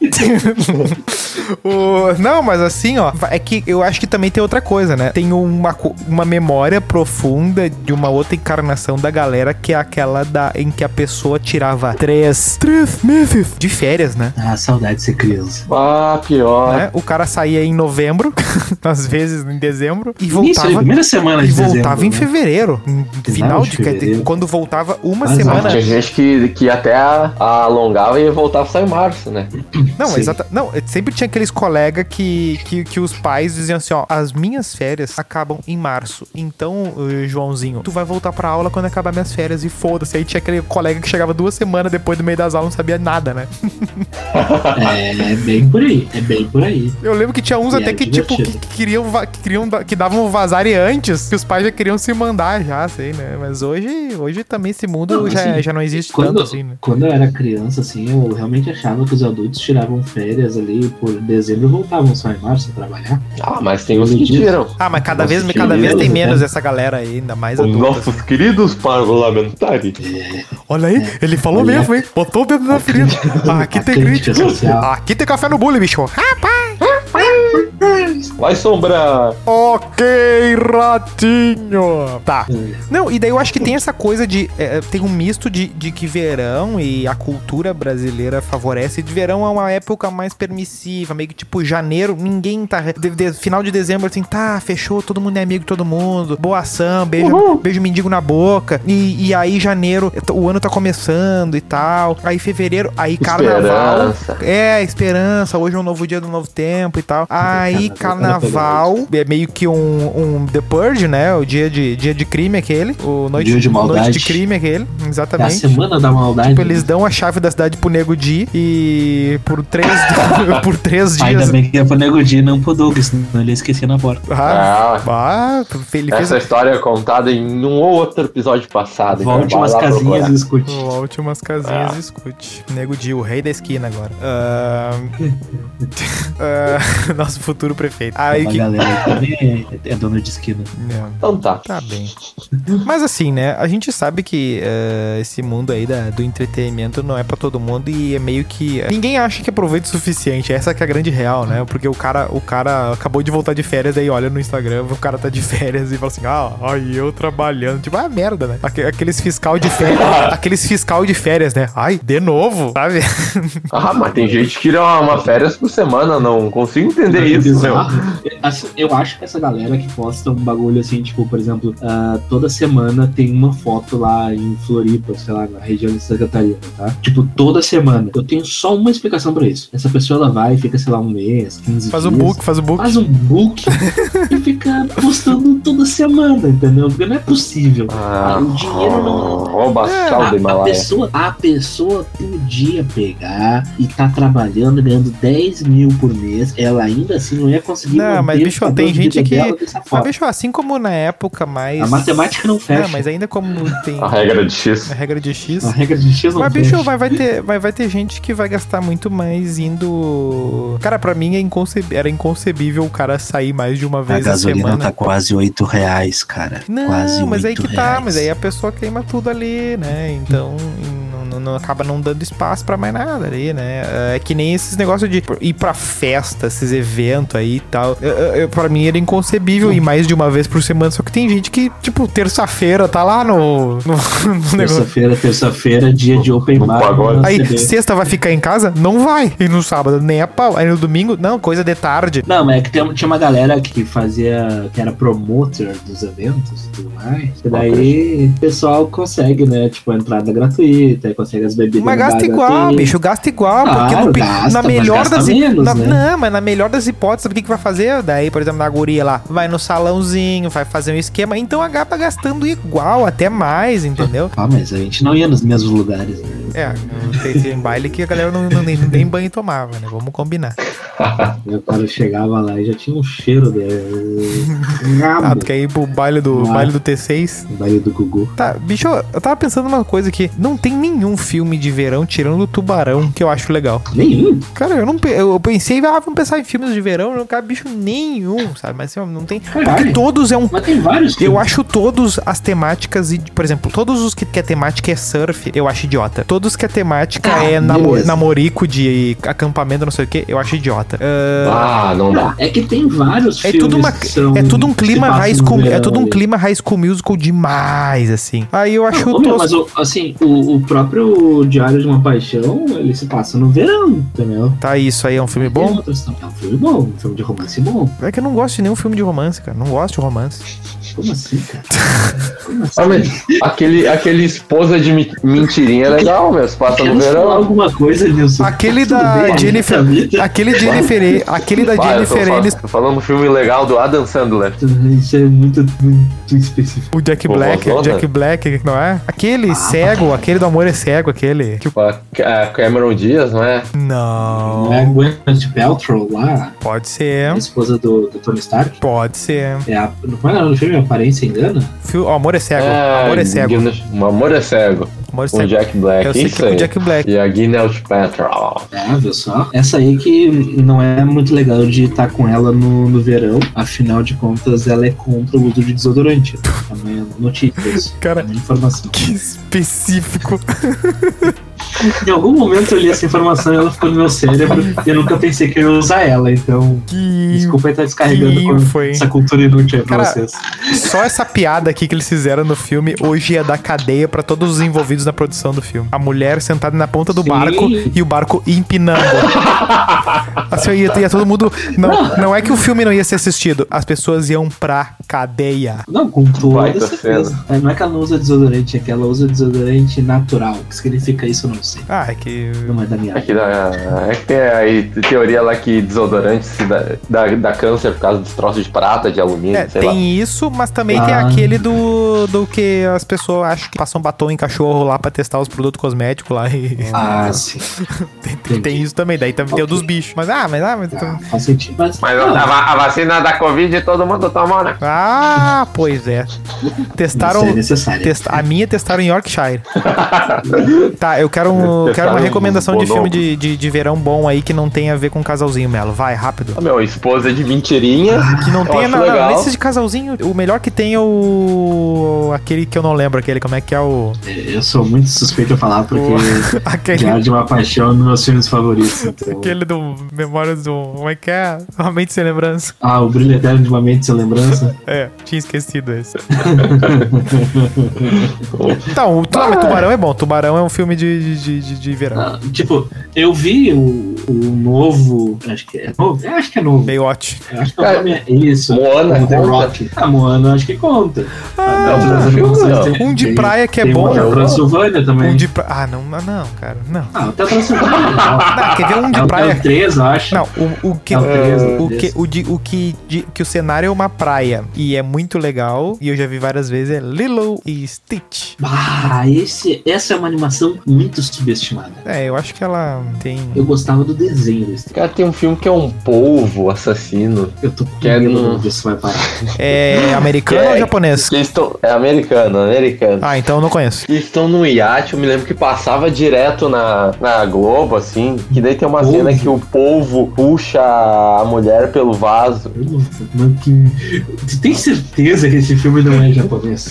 O- Não, mas assim, ó, é que eu acho que também tem outra coisa, né? Tem uma, co- uma memória profunda de uma outra encarnação da galera que é aquela da, em que a pessoa tirava três, três meses de férias, né?
Ah, saudade de ser criança.
Ah, pior.
Né? O cara saía em novembro, às vezes em dezembro, e
Isso, aí,
voltava.
primeira semana
E
de
voltava
dezembro,
em
né?
fevereiro. em final
de
de. quer dizer,
fevereiro.
Quando voltava uma
Mas, ó,
semana.
Tinha gente que, que até a- alongava e voltava só em março, né?
Não,
Sim.
exata. Não, é, sempre tinha aqueles colegas que, que, que os pais diziam assim, ó, as minhas férias acabam em março. Então, eh, Joãozinho, tu vai voltar pra aula quando acabar minhas férias e foda-se. Aí tinha aquele colega que chegava duas semanas depois do meio das aulas não sabia nada, né?
É, é bem por aí, é bem por aí.
Eu lembro que tinha uns
E
até
era
que, tipo, que,
divertido.
que queriam, va- que queriam da- que davam vazare antes, que os pais já queriam se mandar já, sei, né? Mas hoje, hoje também esse mundo
Não,
já,
assim,
já não existe
Quando,
tanto assim, né?
quando eu era criança, assim, eu realmente achava que os adultos tiravam férias ali por dezembro e voltavam só em março a trabalhar.
Ah, mas tem os que tiram.
Ah, mas cada vez,
Nossa,
cada
tinha
vez tem
menos,
menos
né?
essa galera aí, ainda mais
Os
adulta. assim.
nossos queridos parlamentares.
Olha aí, É. ele falou
Olha.
mesmo, hein? Botou o dedo na ferida. Aqui
A
tem
crítica
crítica.
social.
Aqui tem café no bule, bicho.
Vai sombrar.
Ok, ratinho. Tá.
É,
Não, e daí eu acho que tem essa coisa de. é, tem um misto de, de que verão e a cultura brasileira favorece. De verão é uma época mais permissiva, meio que tipo janeiro, ninguém tá. de- de- final de dezembro, assim, tá, fechou, todo mundo é amigo de todo mundo. Boa ação, beijo, beijo mendigo na boca. E, e aí janeiro, o ano tá começando e tal. Aí fevereiro, aí carnaval.
Esperança.
É, esperança, hoje é um novo dia do novo tempo e tal. Aí,
Carnaval.
carnaval, é meio que um, um The Purge, né? O dia de, dia de crime aquele. O noite,
Dia de maldade.
noite de crime aquele,
É a
exatamente. Tipo,
semana da maldade.
Eles dão a chave da cidade pro Nego Di e por três, por três dias.
Ainda bem que é pro Nego Di, não pro Doug, senão ele esquecia na porta.
Ah,
Ah,
ah, ele fez
essa história é contada em um ou outro episódio passado. então
Volte
vai
umas
lá
casinhas
procurar.
e escute.
Volte umas casinhas
Ah.
e escute. Nego Di, o rei da esquina agora. Ahn. Ahn, nosso futuro prefeito. Aí o
a
que,
galera aí também é, é dona de esquina.
Não.
Então tá.
Tá bem. Mas assim, né? A gente sabe que eh, esse mundo aí da- do entretenimento não é pra todo mundo e é meio que. Ninguém acha que aproveita o suficiente. Essa que é a grande real, né? Porque o cara, o cara acabou de voltar de férias, aí olha no Instagram, o cara tá de férias e fala assim: ah, aí eu trabalhando. Tipo, ah, merda, né? Aque- Aqueles fiscal de férias. aqueles fiscal de férias, né? Ai, de novo, sabe?
Ah, mas tem gente que tira uma, uma férias por semana, não consigo entender isso, meu.
Bizarro. Assim, Eu acho que essa galera que posta um bagulho assim, tipo, por exemplo, ah, toda semana tem uma foto lá em Floripa, sei lá, na região de Santa Catarina, tá? Tipo, toda semana. Eu tenho só uma explicação pra isso. Essa pessoa ela vai, fica, sei lá, um mês, 15
Faz o
dias.
book, faz o book.
Faz um book e fica postando toda semana, entendeu? Porque não é possível.
Ah,
O dinheiro não-
Rouba
É,
sal
Ah,
do
A, a
Himalaia.
pessoa, a pessoa podia pegar e tá trabalhando, ganhando 10 mil por mês, ela ainda assim não ia conseguir.
Não,
manter
mas,
o
bicho,
padrão
tem
de vida
gente que-
dela dessa
Mas,
forma.
bicho, assim como na época mais.
A matemática não fecha. Ah.
É, mas ainda como tem
A regra de X.
a regra de X.
A regra de X não
Mas,
fecha.
bicho, vai, vai, ter, vai, vai ter gente que vai gastar muito mais indo. Cara, pra mim é inconceb... era inconcebível o cara sair mais de uma
A
vez na
gasolina
semana.
tá quase 8 reais, cara.
Não,
quase
mas aí
8
que tá,
reais.
mas aí a pessoa queima tudo ali, né? Então e não, não- não- acaba não dando espaço pra mais nada ali, né? É que nem esses negócios de ir pra festa, esses eventos aí e tal. Eu, eu, eu- pra mim era inconcebível ir mais de uma vez por semana, só que tem gente que, tipo, terça-feira tá lá no, no, no é um negócio.
Terça-feira, terça-feira, dia de open
No
bar.
pagode.
no
Aí,
CD.
sexta vai ficar em casa? Não vai. E no sábado, nem a pau. Aí no domingo, não, coisa de tarde.
Não, mas é que tem- tinha uma galera que fazia. que era promoter dos eventos e tudo mais. E daí o pessoal consegue, né? Tipo, a entrada gratuita, aí consegue as bebidas.
Mas
no
gasta
bar
igual,
gratuito.
bicho, gasta igual, porque
Claro,
no pi-
gasta,
na
mas
melhor
gasta
das
menos,
na-
né?
Não, mas na melhor das hipóteses, sabe o que, que vai fazer? Daí, por exemplo, na guria lá, vai no salãozinho, vai fazer um esquema, então acaba gastando igual, até mais, entendeu?
Ah,
Mas a gente não ia nos mesmos lugares, né?
É, tem, tem baile que a galera não, não- nem, nem banho tomava, né? Vamos combinar.
Aí o cara chegava lá e já tinha um cheiro de
Ah,
rabo
tu quer ir pro baile do,
Ah.
baile do T6?
no baile do Gugu.
Tá, bicho, eu tava pensando uma coisa que não tem nenhum nenhum filme de verão, tirando o Tubarão, que eu acho legal.
Nenhum.
Cara, eu não pe- eu eu pensei, ah, vamos pensar em filmes de verão, não cabe bicho nenhum, sabe? Mas assim, não tem. Porque
Caralho.
todos é um
Mas tem vários
eu
filmes.
acho todos as temáticas, e, por exemplo, todos os que, que a temática é surf, eu acho idiota. Todos que a temática
Ah,
é namo-
beleza.
namorico de acampamento, não sei o que, eu acho idiota. Ah,
Ah, não dá.
Não, é que tem vários
é
filmes
tudo, uma,
que são-
é tudo um clima
que se
high
passam no
school, é
verão
tudo um
ali.
clima high school musical demais, assim. Aí eu acho
Não,
tosco.
meu, mas o- assim, o, o próprio Diário de uma Paixão, ele se passa no verão, entendeu?
Tá, isso aí é um filme
Tem
bom.
outras- não, é um filme bom, um filme de romance bom.
É que eu não gosto de nenhum filme de romance, cara. Não gosto de romance.
Como assim, cara? Como assim?
Ah, mas aquele, aquele esposa de mi- mentirinha é legal, meu. Se passa
Quer
no
nos falar
verão.
alguma coisa, Nilson?
Aquele
Tudo
da
bem, né?
Jennifer.
a vida-
Aquele Jennifer. Aquele da
Ah, eu tô
Jennifer
fal-
Aniston.
tô falando um filme legal do Adam Sandler.
Isso é muito, muito específico.
O Jack
Pô,
Black,
vovózona?
Jack Black, não é? Aquele
Ah, tá.
cego, aquele do amor é cego, aquele. que-
Com a Ca- é, Cameron Diaz, não é?
Não.
Não é a Gwyneth Paltrow lá,
Pode ser.
a esposa do, do Tony Stark?
Pode ser.
É a, como é o nome do filme? Aparência Engana?
Fi- ó, amor é cego.
É,
amor é cego.
Gwyneth- Um amor é cego.
Amor é
Com o
cego.
Jack Black.
Eu sei
isso
que é o
aí.
Jack Black.
E a Gwyneth Paltrow.
É, viu só? Essa aí que não é muito legal de estar com ela no, no verão, afinal de contas ela é contra o uso de desodorante. né? Também é notícia isso.
Cara.
É uma informação.
Que específico.
Em algum momento eu li essa informação e ela ficou no meu cérebro e eu nunca pensei que eu ia usar ela, então.
Que.
Desculpa estar descarregando
que
com
foi?
essa cultura inútil aí pra
Cara,
vocês.
Só essa piada aqui que eles fizeram no filme hoje ia dar cadeia pra todos os envolvidos na produção do filme. A mulher sentada na ponta do
Sim.
barco e o barco empinando. assim, ia, ia todo mundo. Não, não é que o filme não ia ser assistido, as pessoas iam pra cadeia.
Não, com
Vai,
toda
tá
certeza. É, Não é que ela não usa desodorante, é que ela usa desodorante natural. O que significa isso eu não sei.
Ah, é que.
Não é da minha
É que, dá- é que tem aí teoria lá que desodorante se dá, dá, dá câncer por causa dos troços de prata, de alumínio,
É,
sei
tem
lá.
isso, mas também tem
Ah.
aquele do, do que as pessoas acham que passam batom em cachorro lá pra testar os produtos cosméticos lá. E
Ah, sim.
tem, tem- tem isso também, daí também tem o dos bichos. Mas ah, mas ah, mas.
Tá, faz sentido. Mas,
Mas tá
não,
a, va- a vacina da Covid todo mundo tomou, né?
Ah, pois é.
isso é
Testaram.
necessário.
test- a minha testaram em Yorkshire. tá, eu quero, um- eu quero uma
Testaram
recomendação de filme
bonobo.
de, de, de verão bom aí que não tenha a ver com casalzinho, Melo. Vai, rápido.
Ah, Meu, esposa de mentirinha.
Que não
Eu
tenha
acho
nada.
legal.
Nesse de casalzinho, o melhor que tem é o. Aquele que eu não lembro, aquele, como é que é o.
Eu sou muito suspeito a falar porque
aquele
Diário de uma Paixão é um dos meus filmes favoritos. Então.
Aquele do Memórias do. Como é que é? Uma mente sem lembrança.
Ah, o Brilho Eterno de uma Mente Sem Lembrança.
É, tinha esquecido esse. então, o tu- ah, mas Tubarão é bom. Tubarão é um filme de, de, de, de verão.
Ah, tipo, eu vi o, o novo. Acho que é novo. Eu acho que é novo.
Baywatch.
Eu acho que o nome é isso.
Moana
O The
conta?
Rock. Ah, Moana acho que conta. tá
Ah,
Outras
não.
animações tem-
um de
tem-
praia que é
tem
bom.
O Transilvânia também.
Um de pra... Ah, não, não, não, cara. Não.
Ah, o Transilvânia é legal.
Ah, quer ver um
É
de
o- É
praia?
o 3, eu acho.
Não, o, o que.
É o três,
O
três.
que, o, de, o que, de- que o cenário é uma praia e é muito legal, e eu já vi várias vezes, é Lilo e Stitch.
Ah, esse, essa é uma animação muito subestimada.
É, eu acho que ela tem.
Eu gostava do desenho desse.
Cara, tem um filme que é um polvo assassino.
Eu tô com
Que é
medo
no-
onde isso vai parar.
É americano
Que é-
ou japonês?
Que estão, é americano, americano.
Ah, então eu não conheço.
Que estão no iate, eu me lembro que passava direto na, na Globo, assim. Que daí tem uma
Polvo.
cena que o polvo puxa a mulher pelo vaso.
Eu não- Mano, que... Você tem certeza que esse filme não é japonês?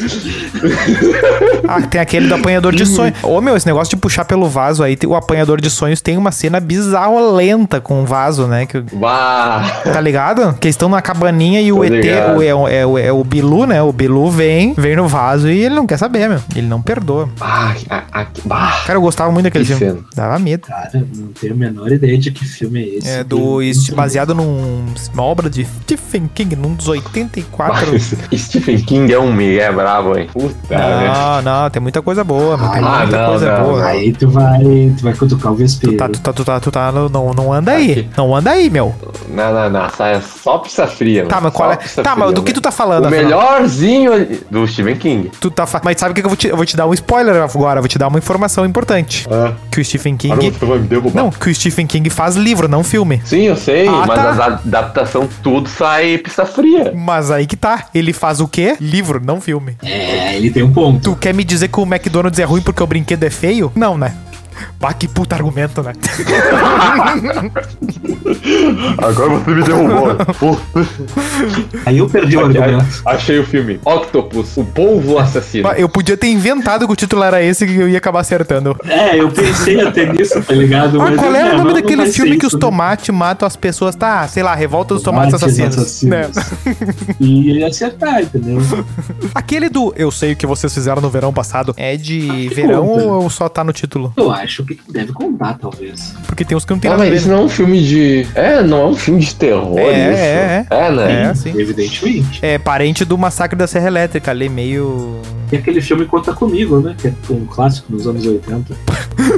Ah, tem aquele do apanhador de sonhos. Ô, meu, esse negócio de puxar pelo vaso aí, tem- o apanhador de sonhos tem uma cena bizarra lenta com o vaso, né? Que,
Bah!
tá ligado? Que eles estão na cabaninha e
Tô
o ET,
ligado.
o, é, o- é, o- é o Bilu, né? O Bilu vem, vem no vaso e ele não quer saber, meu. Ele não perdoa.
Bah! a- a- bah.
Cara, eu gostava muito daquele
Que
filme.
cena.
Dava medo.
Cara, não tenho a menor ideia de que filme é esse.
É do, este- baseado num- numa obra de Stephen King, num dos 84.
Stephen King é um migué brabo, hein? Puta, né?
Não, não, tem muita coisa boa, meu. Tem
Ah,
muita
não,
coisa
não,
boa.
não.
Aí tu vai, tu vai cutucar o
Tu
vespeiro.
tá, tu tá, tu tá, tu tá, não, não, não anda aí.
Aqui.
Não anda aí, meu.
Não, não, não. Sai só pizza fria.
Tá,
mano.
mas qual
Só
é?
pizza
Tá,
fria,
mas do que tu
velho.
tá falando?
O
afinal?
melhorzinho ali- do Stephen King.
Tu tá fa- Mas sabe o que que eu vou te, eu vou te dar um spoiler agora? Eu vou te dar uma informação importante.
Ah,
Que o Stephen
caramba,
King.
tu vai me derrubar.
Não, que o Stephen King faz livro, não filme.
Sim, eu sei,
Ah,
mas
tá.
as adaptação tudo sai pizza fria.
Mas aí que tá. Ele faz o quê? Livro, não filme.
É, ele tem um ponto.
Tu quer me dizer que o McDonald's é ruim porque o brinquedo é feio? Não, né? Pá, que puta argumento, né?
Agora você me derrubou. Puta,
Aí eu perdi o argumento.
Achei o filme. Octopus, o polvo assassino.
Pá, Eu podia ter inventado que o título era esse que eu ia acabar acertando.
É, eu pensei até nisso, tá ligado?
Ah,
Mas
qual
eu-
era
não,
o nome
não
daquele
vai ser
filme que os
isso, né?
tomates matam as pessoas? Tá, sei lá, Revolta dos Tomates,
Tomates
Assassinos. Né?
assassinos. E ele ia acertar, entendeu?
Aquele do Eu Sei o que vocês fizeram no verão passado é de
Ah, que
verão
conta.
ou só tá no título?
Eu acho que deve contar, talvez.
Porque tem uns que não tem
Ah,
nada a ver. né?
mas isso não é um filme de. É, não é um filme de terror,
É, é,
isso. É, né?
É, sim.
Evidentemente.
É parente do Massacre da Serra Elétrica, ali meio.
E aquele filme Conta Comigo, né? Que é um clássico dos anos 80.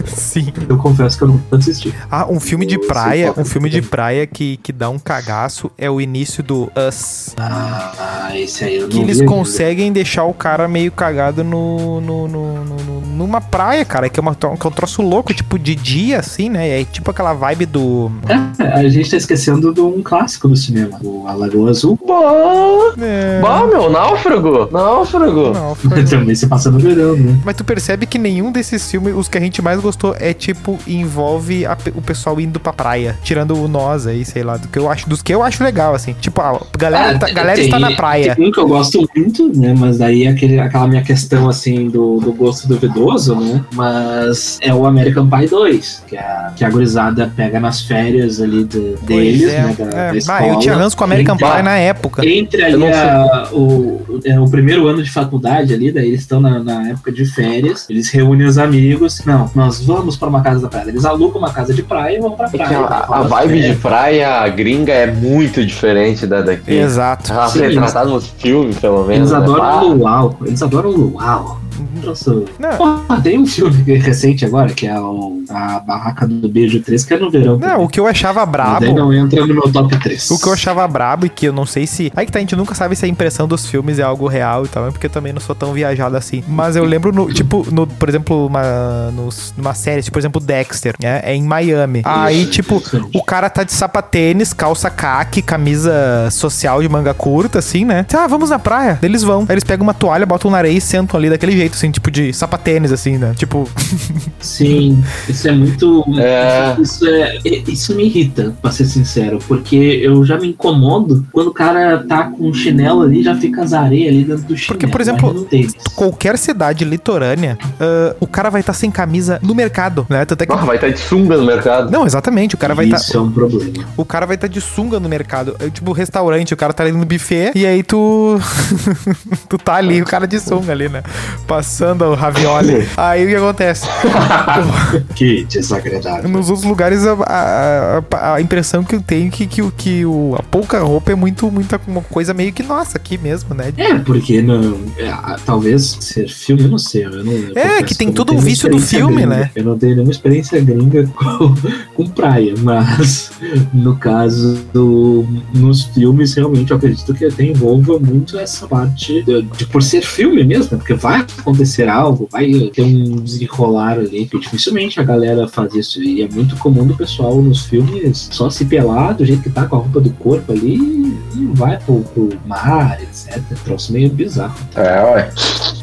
Sim.
Eu confesso que eu não assisti.
Ah, um filme de
Eu sei
praia,
qual que
um filme
é.
de praia que, que dá um cagaço é o início do Us.
Ah, esse aí eu não
Que eles
vi ainda.
conseguem deixar o cara meio cagado no, no, no- no- no- numa praia, cara. Que é, uma, tro- que é um troço louco, tipo de dia, assim, né? É tipo aquela vibe do.
É, a gente tá esquecendo de um clássico do cinema, o A Lagoa Azul.
Bah,
É,
bah, meu, náufrago! Náufrago!
não, foi- assim.
Também se passa no verão, né?
Mas tu percebe que nenhum desses filmes, os que a gente mais gostou, é tipo, envolve a pe- o pessoal indo pra praia, tirando o nós aí, sei lá, do que eu acho, dos que eu acho legal, assim. Tipo, a galera,
Ah,
tá- galera
tem-
está na praia.
Tem um que eu gosto muito, né? Mas daí é aquele, aquela minha questão, assim, do, do gosto duvidoso, né? Mas é o American Pie 2, que a, que a gurizada pega nas férias ali de, deles,
é.
né? Da, da
É,
escola.
bah, eu tinha ranço com American
Então,
Pie na época.
Entre
Eu
ali
não sei.
a- o, é, o primeiro ano de faculdade ali, daí eles estão na, na época de férias, eles reúnem os amigos, não, nós vamos pra uma casa da praia. Eles alugam uma casa de praia e vão pra
É
praia.
que a, a
Fala,
vibe
é,
de praia gringa é muito diferente da daqui.
Exato.
Ah,
Sim.
retratado nos filmes, pelo menos.
Eles
né? Bah.
adoram o luau, eles adoram o luau. Nossa.
Uhum. Não.
Porra, tem um filme que- recente agora, que é o, a Barraca do Beijo 3, que é no verão.
Não, o que eu achava
Mas daí
brabo.
não entra no meu top 3.
O que eu achava brabo e que eu não sei se. Aí que tá, a gente nunca sabe se a impressão dos filmes é algo real e tal, é porque eu também não sou tão viajado assim. Mas eu lembro, no, tipo, no, por exemplo, uma, nos- numa série, tipo, por exemplo, Dexter, né? É em Miami. Aí, tipo, O cara tá de sapatênis, calça caque, camisa social de manga curta, assim, né? Ah, vamos na praia. Eles vão. Aí eles pegam uma toalha, botam na areia e sentam ali daquele jeito, assim, tipo de sapatênis, assim, né? Tipo,
Sim, isso é muito.
É.
Isso, é, isso me irrita, pra ser sincero, porque eu já me incomodo quando o cara tá com um chinelo ali já fica as areias ali dentro do chinelo.
Porque, por exemplo,
mas não tem isso.
qualquer cidade litorânea, ah, o cara vai estar sem camisa no mercado, né? Tanto é que.
Ah, vai estar de sunga no mercado.
Não, exatamente. O cara vai tá estar.
Isso é um problema.
O cara vai estar de sunga no mercado. É, tipo, restaurante, o cara tá ali no buffet e aí tu. tu tá ali, o cara de sunga ali, né? Passando o ravioli. aí o que acontece?
Que desagradável.
Nos outros lugares, a, a- a- a impressão que eu tenho é que, que, o- que o, a pouca roupa é muito, muita uma coisa meio que nossa aqui mesmo, né?
É, porque não, é, ah, talvez ser filme, eu não sei. Eu não, eu
É,
confesso
que tem
eu não
todo
tenho
o vício do
experiência
filme,
gringa.
né?
Eu não tenho nenhuma experiência gringa com, com praia, mas no caso do, nos filmes, realmente eu acredito que envolva muito essa parte de, de por ser filme mesmo, né? porque vai acontecer algo, vai ter um desenrolar ali, que dificilmente a galera faz isso. E é muito comum do pessoal nos filmes só se pelar do jeito que tá com a roupa do corpo ali e vai pro, pro mar, etc. Troço meio bizarro.
É, ué.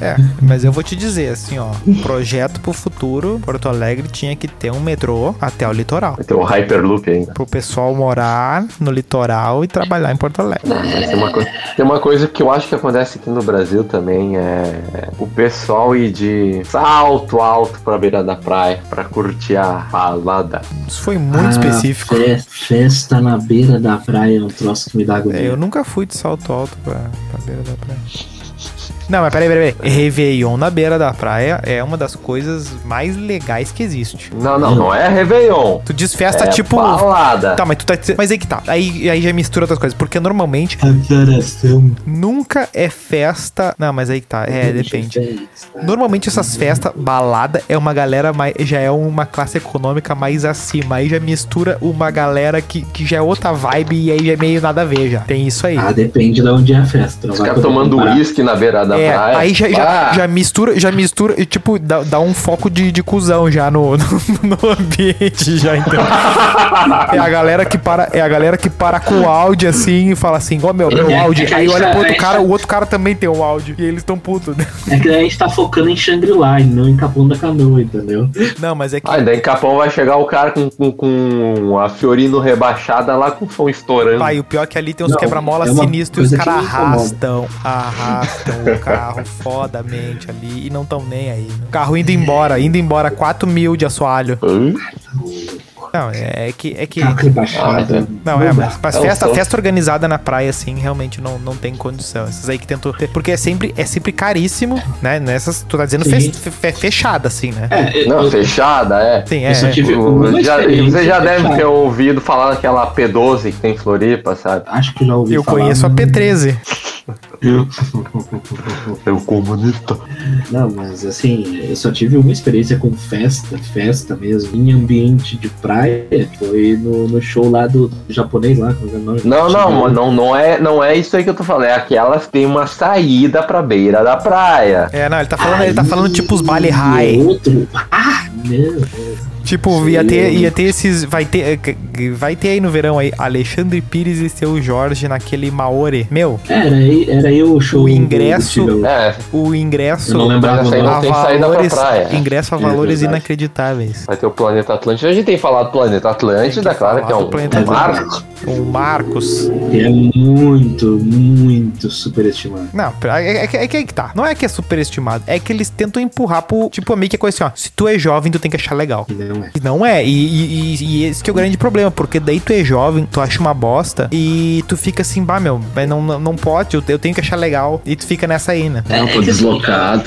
É, mas eu vou te dizer, assim, ó. Projeto pro futuro, Porto Alegre tinha que ter um metrô até o litoral.
Vai ter o Hyperloop ainda.
Pro pessoal morar no litoral e trabalhar em Porto Alegre.
É, Tem uma, coi- tem uma coisa que eu acho que acontece aqui no Brasil também, é o pessoal ir de salto alto pra beira da praia, pra curtir a balada.
Isso foi muito
Ah,
específico.
fe- festa na beira da praia é um troço que me dá agonia.
É, eu nunca fui de salto alto pra, pra beira da praia. Não, mas peraí, peraí, peraí. Réveillon na beira da praia é uma das coisas mais legais que existe.
Não, não, não é Réveillon.
Tu diz festa
é
tipo.
balada.
Tá, mas tu tá dizendo. Mas aí que tá. Aí, aí já mistura outras coisas. Porque normalmente
Adoração.
nunca é festa. Não, mas aí que tá. É, depende.
tá?
Normalmente essas festas, balada, é uma galera mais. Já é uma classe econômica mais acima. Aí já mistura uma galera que, que já é outra vibe e aí já é meio nada a ver já. Tem isso aí.
Ah, depende de onde é a festa.
Os caras tomando uísque na beira da
É,
praia.
aí já, já,
Ah,
já mistura, já mistura, e, tipo, dá, dá um foco de, de cuzão já no, no, no ambiente, já, entendeu? é a galera que para, é a galera que para com o áudio assim e fala assim, ó meu, meu áudio. Aí olha pro outro cara, o outro cara também tem um áudio. E eles tão putos, né?
É que a gente tá focando em Shangri-La e não em Capão da Canoa, entendeu?
Não, mas é que.
Ah, daí em Capão vai chegar o cara com, com, com a Fiorino rebaixada lá com o som estourando.
Pai, o pior é que ali tem uns
Não,
quebra-mola
é uma
sinistros e os
coisa que
caras
me incomoda.
arrastam, arrastam o carro fodamente ali e não tão nem aí. né? O carro
É.
indo embora, indo embora, 4 mil de assoalho.
Hum?
Não, é, é que. É que
Carro rebaixado.
Ah,
Não, é, mas, mas
É um
festa,
sonho.
festa organizada na praia, assim, realmente não, não tem condição. Essas aí que tentou ter, porque é sempre, é sempre caríssimo, né? Nessas, tu tá dizendo fe,
Sim.
fe- fechada, assim, né?
É, eu-
Não,
eu-
fechada, é.
Sim, é.
eu só
é.
tive uma
O- já-
experiência
você já deve
fechada.
ter ouvido falar daquela P12 que tem em Floripa, sabe?
Acho que já ouvi
Eu
falar.
conheço a P13.
Eu comunista.
Não, mas assim, eu só tive uma experiência com festa, festa mesmo, em ambiente de praia. Foi no, no show lá do, do japonês lá. como é que é o nome?
Não, não, mano, não, não, é, não é isso aí que eu tô falando. É aquelas que tem uma saída pra beira da praia.
É, não, ele tá falando, ele tá
Aí,
falando tipo os Bali High.
Outro. Ah, não.
Tipo,
Sim.
ia ter, ia ter esses. Vai ter, eh, vai ter aí no verão aí Alexandre Pires e seu Jorge naquele Maore. Meu,
É, Era, aí- era aí o show.
O
do- do
ingresso-
Tirão.
É,
o ingresso.
Eu não lembrava
mas
o
essa aí
nome.
não tem saída pra praia.
Ingresso a
É
valores
verdade.
inacreditáveis.
Vai ter o Planeta Atlântida. A gente tem falado do Planeta Atlântida,
Tem que
claro, que é
falar
um
do Planeta
um marco.
O Marcos.
Que é muito, muito superestimado.
Não, pra- é, é, que- é que aí que tá. Não é que é superestimado. É que eles tentam empurrar pro. Tipo, a meio que é coisa assim, ó. Se tu é jovem, tu tem que achar legal.
E Não é.
E não é. E, e- e- e esse que é o grande problema. Porque daí tu é jovem, tu acha uma bosta. E tu fica assim, bah, meu, mas não, não, não pode. Eu, eu tenho que achar legal. E tu fica nessa aí, né?
É, é que-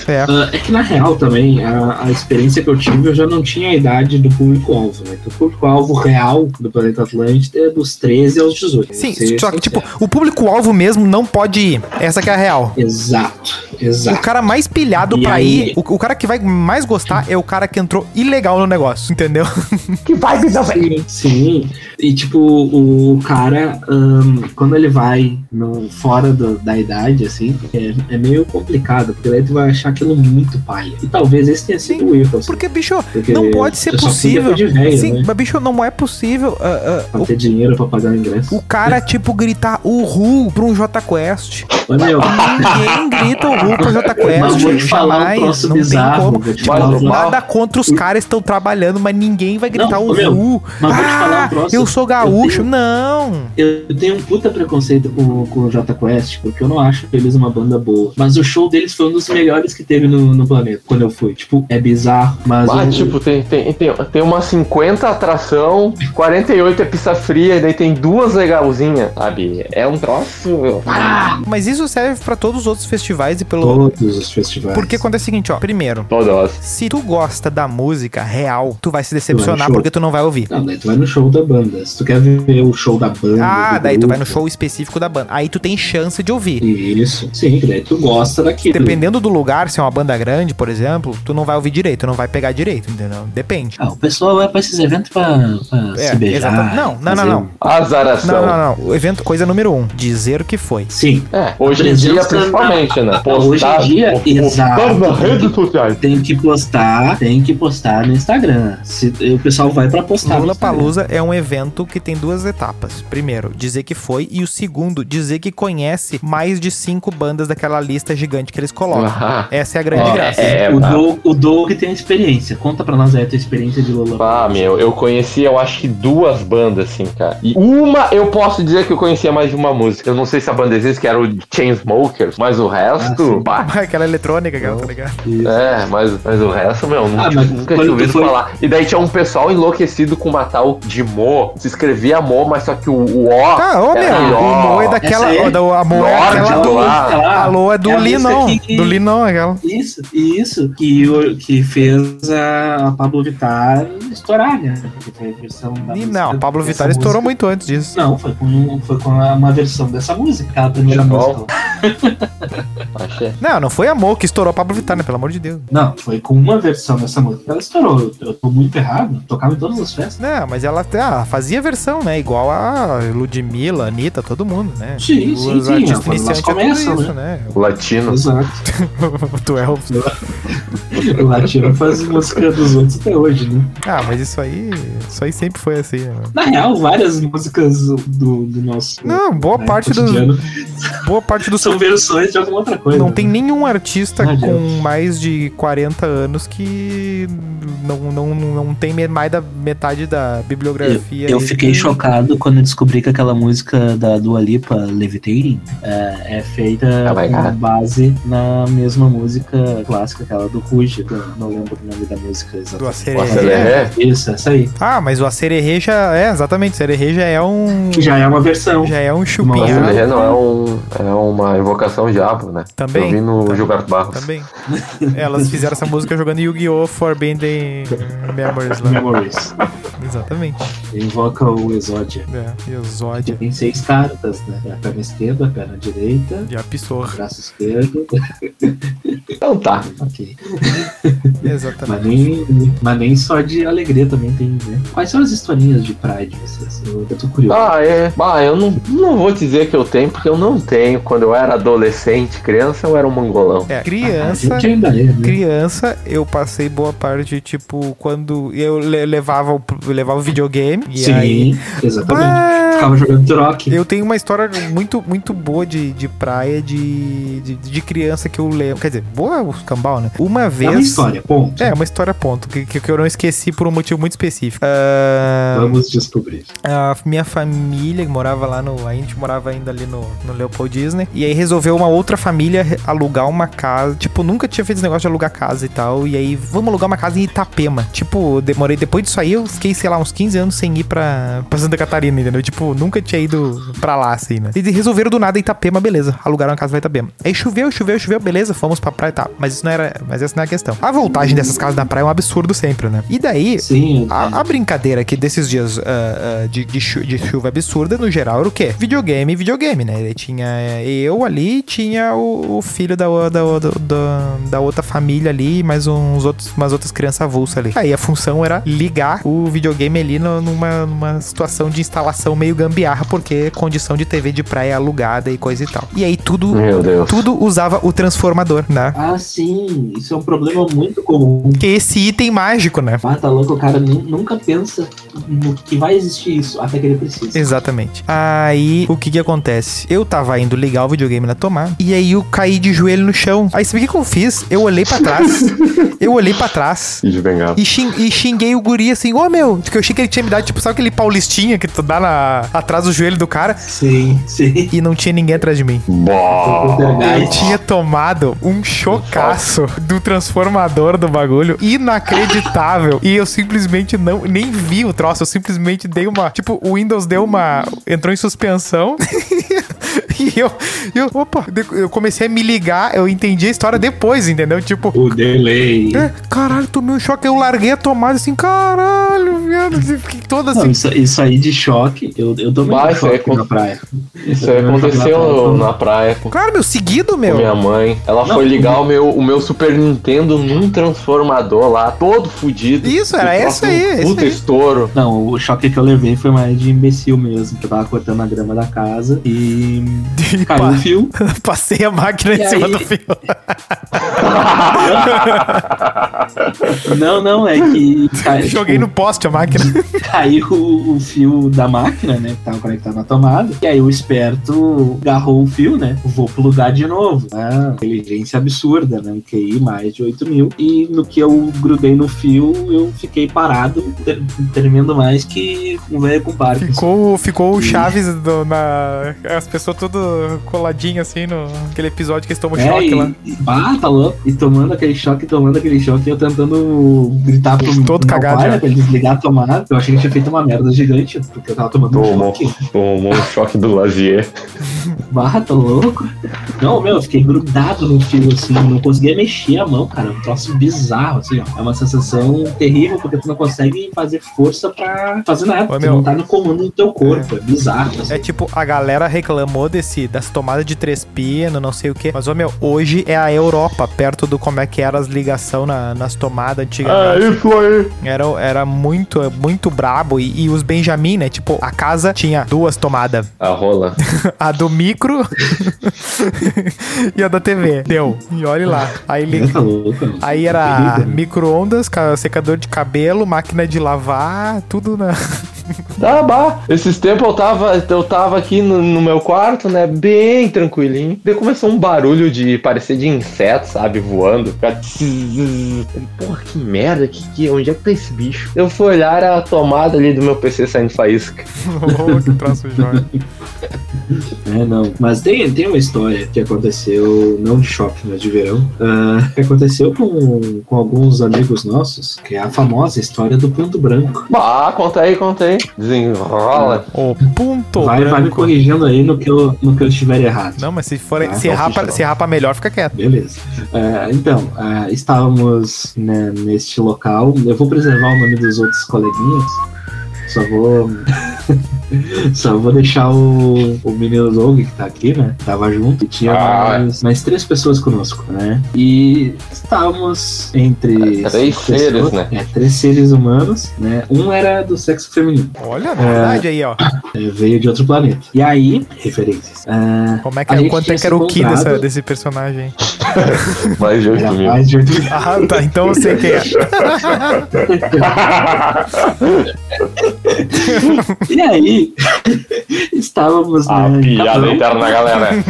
É.
Ah, é que na real também, a, a experiência que eu tive, eu já não tinha a idade do público-alvo, né? Que o público-alvo real do Planeta Atlântida é dos 13 aos 18.
Sim,
Vou ser
só que,
sincero.
tipo, o público-alvo mesmo não pode ir. Essa que é a real.
Exato,
O
exato.
cara mais pilhado
E
pra
aí?
ir, o, o cara que vai mais gostar é o cara que entrou ilegal no negócio, entendeu?
Que vibe da
Sim, sim. E tipo, o cara, ahn, quando ele vai no, fora do- da idade, assim, é, é meio complicado, porque daí tu vai achar aquilo muito palha. E talvez esse tenha sido o erro, assim.
Porque, bicho,
porque
não pode ser
eu só fui
possível.
depois De velho,
Sim,
né?
mas bicho, não é possível ah, ah,
Pra ter dinheiro pra pagar o ingresso.
o, o cara, tipo, gritar o Ru pra um J Quest.
Mas, meu,
Ninguém grita o Ru pra J
Mas
Quest.
vou te falar um
jamais,
troço
não
bizarro,
tem como.
vou te
Tipo,
falar um
nada contra os caras estão trabalhando, mas ninguém vai gritar
Não,
o
meu,
Ru.
mas vou te falar
Ah,
um troço.
eu sou gaúcho. Não.
Eu eu tenho um puta preconceito com, com o Jota Quest, porque eu não acho eles uma banda boa. Mas o show deles foi um dos melhores que teve no, no planeta, quando eu fui. Tipo, é bizarro, mas.
Ah,
eu-
tipo, tem, tem, tem, tem umas 50 atração, 48 é pista fria, e daí tem duas legalzinhas, sabe? É um troço.
Mas isso serve pra todos os outros festivais e pelo.
todos os festivais.
Porque acontece o seguinte, ó. Primeiro,
Todas.
se tu gosta da música real, tu vai se decepcionar
show.
porque tu não vai ouvir.
Não, daí tu vai no show da banda. Se tu quer ver o show da banda.
Ah,
do
daí tu
grupo,
vai no show específico da banda. Aí tu tem chance de ouvir.
Isso, sim, que daí tu gosta daquilo.
Dependendo do lugar, se é uma banda grande, por exemplo, tu não vai ouvir direito, não vai pegar direito, entendeu? Depende.
Ah, o pessoal vai pra esses eventos pra, pra
É,
se beijar.
exatamente. Não, não, não,
fazer
não.
um-
Azaração.
Não, não, não. O evento, coisa número um, dizer o que foi.
Sim.
É, hoje em dia,
Presença
principalmente, né?
tá Hoje em dia,
postar
exato.
nas redes sociais.
Tem que postar, tem que postar no Instagram. Se, o pessoal vai pra postar. no
Lula
Instagram.
Palusa é um evento que tem duas etapas. Primeiro, dizer que foi, e o segundo, dizer que conhece mais de cinco bandas daquela lista gigante que eles colocam.
Ah,
Essa é a grande
Ó,
graça.
é,
o,
tá.
Doug, o Doug tem experiência. Conta pra nós aí a tua experiência de Lula.
Ah, meu, eu conheci, eu acho que duas bandas, assim, cara. E uma, eu posso dizer que eu conhecia mais de uma música. Eu não sei se a banda existe, que era o Chainsmokers, mas o resto.
sim.
pá,
Aquela eletrônica, cara, tá ligado?
é, mas, mas o resto, meu, nu-
Ah, mas quando
nunca tinha
tu
ouvido
foi-
falar. E daí tinha um pessoal enlouquecido com uma tal de Mo. Se escrevia Mo, mas só que o, o O.
Ah, ô meu,
Essa aí,
o
ó.
Mo é daquela.
Essa aí?
ó, da- A Mo é
Tá
Nórdico
aquela.
lá.
A Lô é
É
do
a
Linon.
música que-
Do Linon, aquela.
Isso, isso. Que, o- que fez a, a Pablo Vittar estourar, né? Porque foi a versão da
E
música-
não, Pablo
dessa
Vittar estourou muito
música.
antes disso.
Não, foi com, foi com a- uma versão dessa música, a primeira
De
música.
Axé.
Não, não foi amor que estourou a Pablo Vittar, né? Pelo amor de Deus.
Não, foi com uma versão dessa música. Ela estourou. Eu- Eu tô muito errado. Tocava em todas as festas.
Não, mas ela ah, fazia versão, né? Igual a Ludmilla, Anitta, todo mundo, né?
Sim,
Os
sim,
artistas
sim, é, quando elas
iniciantes é tudo
começam,
isso, né?
Latino.
Exato.
Tu é o-
O latino faz música dos outros até hoje, né?
Ah, mas isso aí. Isso aí sempre foi assim, né?
Na real, várias músicas do, do nosso.
Não, boa
né,
parte dos.
cotidiano
Boa parte dos.
São versões de alguma outra coisa.
Não tem nenhum artista
Não
com
adianta.
mais de 40 anos que não, não, não tem me- mais da metade da bibliografia.
Eu
aí.
fiquei chocado quando eu descobri que aquela música da Dua Lipa, Levitating, é, é feita
Ah, vai, cara.
com base na mesma música clássica, aquela do Ruge, que eu não lembro o nome da música
Do
exatamente.
O
Acererê.
acererê.
Isso, essa aí.
Ah, mas o Acererê já. É, exatamente. O Acererê já é um.
Que já é uma versão.
Já é um
O
Nossa,
chupinhado.
acererê não é, um, é uma invocação ao diabo, né? Eu vi
Também.
no
Tá.
Gilberto Barros.
Também. Elas fizeram essa música jogando Yu-Gi-Oh! Forbidden Memories lá.
Memories.
Exatamente.
Invoca o Exódia.
É. E o
Que
Zod
tem seis cartas, né? A perna esquerda, a perna direita,
já pisou.
braço esquerdo.
Então tá.
Ok. Mas
Exatamente.
nem, mas nem só de alegria também tem, né? Quais são as historinhas de Pride? Vocês? Eu, eu tô curioso.
Ah, é. Bah, eu não, não vou dizer que eu tenho, porque eu não tenho. Quando eu era adolescente, criança, eu era um mongolão.
É,
a
criança.
gente ainda é, né?
Criança, eu passei boa parte, tipo, quando eu le- levava o, eu levava o videogame. E
Sim,
aí.
exatamente.
Ah,
Ficava jogando troque.
Eu tenho uma história muito, muito boa de, de praia de, de, de criança que eu lembro. Quer dizer, boa os cambal, né? Uma
É uma
vez.
história, ponto.
É, uma história, ponto. Que, que que eu não esqueci por um motivo muito específico. Ah,
Vamos descobrir.
a minha família que morava lá no. A gente morava ainda ali no, no Leopold Disney. E aí resolveu uma outra família re- alugar uma casa. Tipo, nunca tinha feito esse negócio de alugar casa e tal. E aí, vamos alugar uma casa em Itapema. Tipo, eu demorei. Depois disso aí, eu fiquei, sei lá, uns 15 anos sem ir pra, pra Santa Catarina, entendeu? Tipo, nunca tinha ido pra lá, assim, né? E resolveram do nada Itapema, beleza. Alugaram a casa pra Itapema. Aí choveu, choveu, choveu, beleza. Fomos pra praia e tá. Mas isso não era. Mas essa não é a questão. A voltagem dessas casas na praia é um absurdo sempre, né? E daí,
Sim,
a, a brincadeira aqui desses dias ah, ah, de, de chu- de chuva absurda, no geral, era o quê? Videogame, videogame, né? Ele tinha eh, eu ali, tinha o, o filho da, o- da, o- da, da- da outra família ali, mais uns outros, umas outras crianças avulsas ali. Aí a função era ligar o videogame ali no- numa, numa situação de instalação meio gambiarra, porque é condição de TV de praia alugada e coisa e tal. E aí tudo,
Meu Deus.
tudo usava o transformador, né?
Ah, sim, isso é um problema muito comum.
Que é esse item mágico, né?
Ah, tá louco, o cara nu- nunca pensa no que vai existir isso, até que ele precisa.
Exatamente. Aí, o que que acontece? Eu tava indo ligar o videogame na tomada, e aí eu caí de joelho no chão. Aí sabe o que que eu fiz? Eu olhei pra trás, eu olhei pra trás,
E de bengala.
e, xin- e xinguei o guri assim, ô meu, porque eu achei que ele tinha me dado, tipo, sabe aquele paulistinha que tu dá na- atrás do joelho do cara?
Sim, sim.
E não tinha ninguém atrás de mim. Oh,
Bah.
Eu tinha tomado um chocaço do transformador do bagulho inacreditável. e eu simplesmente não nem vi o troço, eu simplesmente dei uma, tipo, o Windows deu uma, entrou em suspensão. e eu, eu, opa, de- eu comecei a me ligar, eu entendi a história depois, entendeu? Tipo,
O delay.
é, caralho, tomei um choque, eu larguei a tomada assim, caralho, viado, assim, fiquei toda
Não,
assim.
isso, isso aí de choque, eu, eu tomei
Vai,
um choque
isso aí
na
acon-
praia.
Isso aí aconteceu na praia com
Claro, meu, seguido,
com
meu.
minha mãe. Ela
Não,
foi ligar
não.
o meu, o meu Super Nintendo num transformador lá, todo fudido.
Isso, era
O
esse
próximo
aí, esse
Puta
aí.
estouro.
Não, o choque que eu levei foi mais de imbecil mesmo, que eu tava cortando a grama da casa e
E
caiu o
pá,
fio.
passei a máquina em
E
cima
aí?
do fio.
Não, não, é que cai-
Joguei no poste a máquina.
caiu o, o fio da máquina, né? Que tava conectado na tomada. E aí o esperto agarrou o fio, né? Vou plugar de novo. Ah, inteligência absurda, né? Um QI mais de 8 mil. E no que eu grudei no fio, eu fiquei parado, ter, tremendo mais que um velho com Parkinson.
Ficou, ficou o Chaves do- na. As pessoas tudo coladinhas assim no. Aquele episódio que eles tomam
É,
um choque
e,
lá.
e- ah, tá louco. E tomando aquele choque, tomando aquele choque, eu tentando gritar pro
Todo
meu
cagado
pai,
já.
né, pra ele desligar a tomada. Eu achei que tinha feito uma merda gigante, porque eu tava tomando um
Tomou.
choque.
Tomou um choque do Lazier.
Barra, tá louco? Não, meu, eu fiquei grudado no fio, assim, não conseguia mexer a mão, cara. Um troço bizarro, assim, ó. É uma sensação terrível, porque tu não consegue fazer força pra fazer nada.
Ô,
tu
meu.
não tá no comando do teu corpo, é bizarro, assim.
É tipo, a galera reclamou de desse, das tomadas de três pinos, não sei o que. Mas, ô meu, hoje é a Europa, perto do como é que era as ligação na- nas tomadas antigas.
isso aí.
Era, era muito, muito brabo. E, e os Benjamin, né? Tipo, a casa tinha duas tomadas.
A rola.
A do micro e a da TV. Deu. E olhe lá. Aí ele.
Tá louco, mano.
Aí
É
era
Uhum.
micro-ondas, ca- secador de cabelo, máquina de lavar, tudo na.
Tá, bah. Esses tempos eu tava, eu tava aqui no, no meu quarto, né? Bem tranquilinho. Daí começou um barulho de parecer de inseto, sabe? Voando. Fica tzzz. Porra, que merda. Que, que, onde é que tá esse bicho? Eu fui olhar era a tomada ali do meu PC saindo faísca.
Ô, que troço joia.
É, não. Mas tem, tem uma história que aconteceu, não de shopping, mas de verão, ah, que aconteceu com, com alguns amigos nossos, que é a famosa história do ponto branco.
Bah, conta aí, conta aí. Desenrola.
Ô, ponto
vai, vai me
branco.
corrigindo aí no que eu, no que eu estiver errado.
Não, mas se for.
Ah,
se,
não,
errar pra,
ficha,
se errar pra melhor, fica quieto.
Beleza. Ah, então, ah, estávamos né, neste local. Eu vou preservar o nome dos outros coleguinhas. Só vou. Só vou deixar o, o menino Doug que tá aqui, né? Tava junto. E tinha
Ah,
mais, mais três pessoas conosco, né? E estávamos entre.
Ah, três
cinco
seres,
pessoas,
né?
É, três seres humanos, né? Um era do sexo feminino,
Olha, verdade aí, ó.
é, veio de outro planeta. E aí, referências. Ah,
Como é que
A
era,
gente
quanto é
tinha
que era o
se
ki dessa,
encontrado.
desse personagem?
Mais de 8
era
mil.
mais de oito
Ah, tá. Então eu sei quem é.
E aí, estávamos,
a
né, em
piada
Capão,
interna, galera.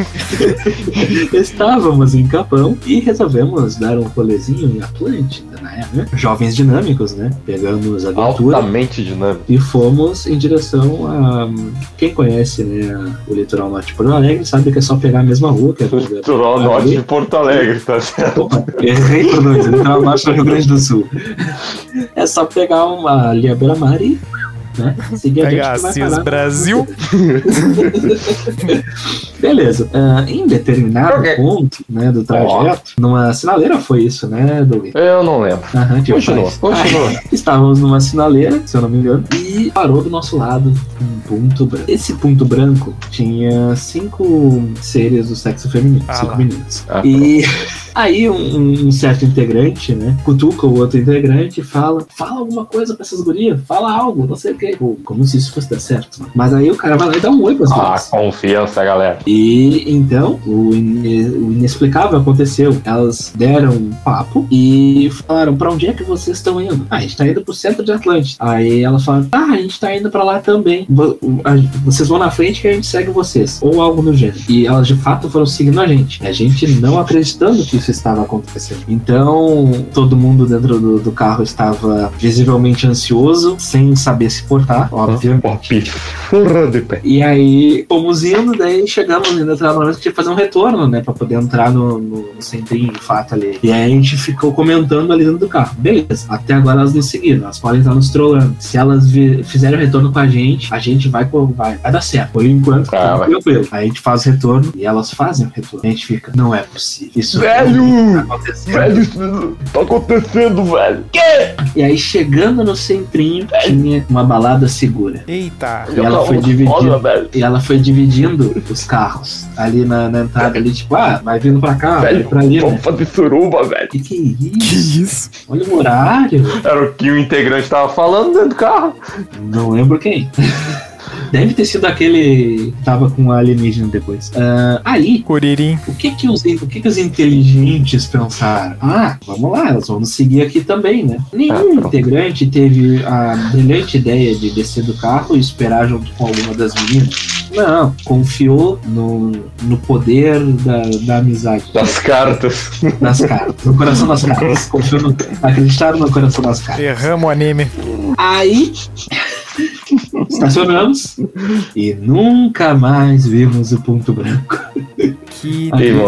estávamos em Capão e resolvemos dar um rolezinho em Atlântida, na época. Jovens dinâmicos, né? Pegamos a aventura
Altamente dinâmico.
e fomos em direção a... Quem conhece, né, o litoral norte de Porto Alegre sabe que é só pegar a mesma rua, que é...
Litoral norte de Porto Alegre, tá certo?
Opa, errei por dois, né? litoral norte do Rio Grande do Sul. É só pegar uma ali a beira-mar e... Né? Seguir a
Pega
gente que vai
Assis
parar.
Brasil.
Beleza. Ah, em determinado
Ok.
ponto né, do trajeto, numa sinaleira foi isso, né, Douglas?
Eu não lembro.
Aham, tinha
Continua,
mais.
continua.
Aí, estávamos numa sinaleira, se eu não me engano, e parou do nosso lado um ponto branco. Esse ponto branco tinha cinco seres do sexo feminino,
Ah,
cinco
lá.
meninos.
Ah,
e aí um, um certo integrante, né, cutuca o outro integrante e fala, fala alguma coisa pra essas gurias, fala algo, não sei o quê. Pô, como se isso fosse dar certo. né? Mas aí o cara vai lá e dá um oi pras
Ah,
gurias.
confiança, galera.
E então o, ine- o inexplicável aconteceu. Elas deram um papo e falaram: pra onde é que vocês estão indo? Ah, a gente tá indo pro centro de Atlântida. Aí elas falaram: ah, a gente tá indo pra lá também. Vo- a- Vocês vão na frente que a gente segue vocês. Ou algo do gênero. E elas de fato foram seguindo a gente. A gente não acreditando que isso estava acontecendo. Então todo mundo dentro do, do carro estava visivelmente ansioso, sem saber se portar, obviamente.
Ó, pifurra de pé.
E aí fomos indo, daí chegamos ainda entrava no momento que tinha que fazer um retorno, né? Pra poder entrar no, no, no centrinho de fato ali. E aí a gente ficou comentando ali dentro do carro. Beleza, até agora elas nos seguiram, elas podem estar nos trollando. Se elas vi- fizerem o retorno com a gente, a gente vai, co- vai, vai dar certo. Por enquanto,
Ah,
tudo
vai.
tranquilo. Aí a gente faz o retorno e elas fazem o retorno. A gente fica, não é possível. Isso
Velho!
aconteceu.
Velho, isso tá acontecendo, velho.
E aí chegando no centrinho, tinha uma balada segura.
Eita.
E ela foi dividida.
Foda, velho.
E ela foi dividindo os carros ali na, na entrada ali, tipo, ah, vai vindo pra cá, vai
Velho,
pra ali, né?
vamos fazer suruba, velho.
Que que é
Que
isso?
isso?
Olha o horário.
Era o que o integrante tava falando dentro do carro.
Não lembro quem. Deve ter sido aquele que tava com a alienígena depois. Ah, aí,
Curirim.
o que que, os, o que que os inteligentes pensaram? Ah, vamos lá, elas vão nos seguir aqui também, né? Nenhum
Ah, pronto.
integrante teve a brilhante ideia de descer do carro e esperar junto com alguma das meninas. Não, confiou no, no poder da, da amizade.
Das cartas.
nas caras, no coração das caras. Confiou no, acreditaram no coração das caras.
Erramos o anime.
Aí estacionamos e nunca mais vimos o ponto branco.
Que
Aí
tristeza,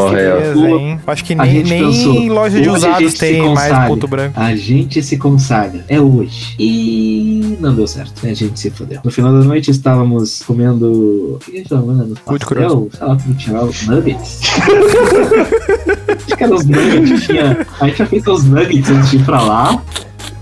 morreu.
hein? Acho que
A
nem,
gente
nem
pensou,
loja de
hoje a
usados
gente se
tem mais
consagre.
ponto branco.
A gente se consagra, é hoje. E não deu certo, a gente se fodeu. No final da noite estávamos comendo. O que a gente tava comendo?
Good
Pastel? Sei lá, como tinha lá, os nuggets. Acho que era os nuggets, tinha. A gente tinha feito os nuggets antes de ir pra lá.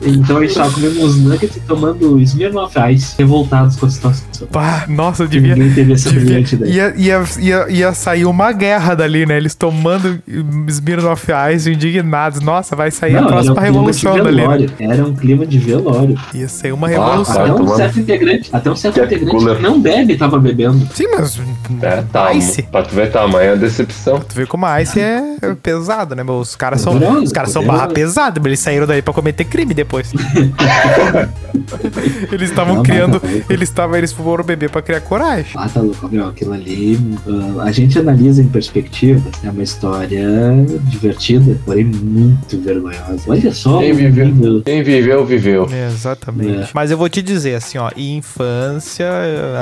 Então a gente tava comendo uns nuggets e tomando Smirnoff Ice, revoltados com a situação.
Pá, nossa, eu devia.
Ninguém teve essa
devia-
brilhante ideia.
Ia, ia, ia, ia sair uma guerra dali, né? Eles tomando Smirnoff Ice indignados. Nossa, vai sair a
era um
próxima
clima de
revolução dali. né?
velório. Era um clima de velório.
Ia sair uma
Ah,
revolução.
vai
até, um
tomar-
certo integrante, até um certo
Que
integrante
cooler.
que não bebe tava bebendo.
Sim, mas.
É, tá.
um
Ice.
Pra tu ver tamanho a decepção.
Tu vê como a Ice é é pesado, né? meu? Os caras são,
Poderoso,
os caras são
poderoso.
barra pesada, mas eles saíram daí pra cometer crime depois. eles estavam
Não,
criando.
não, não.
Eles estavam, eles foram beber pra criar coragem.
Ah, tá louco, meu, aquilo ali. ah, a gente analisa em perspectiva. É uma história divertida, porém muito vergonhosa. Olha só.
Quem
o
viveu?
nível.
Quem viveu, viveu.
É, Exatamente.
É.
Mas eu vou te dizer assim, ó, infância,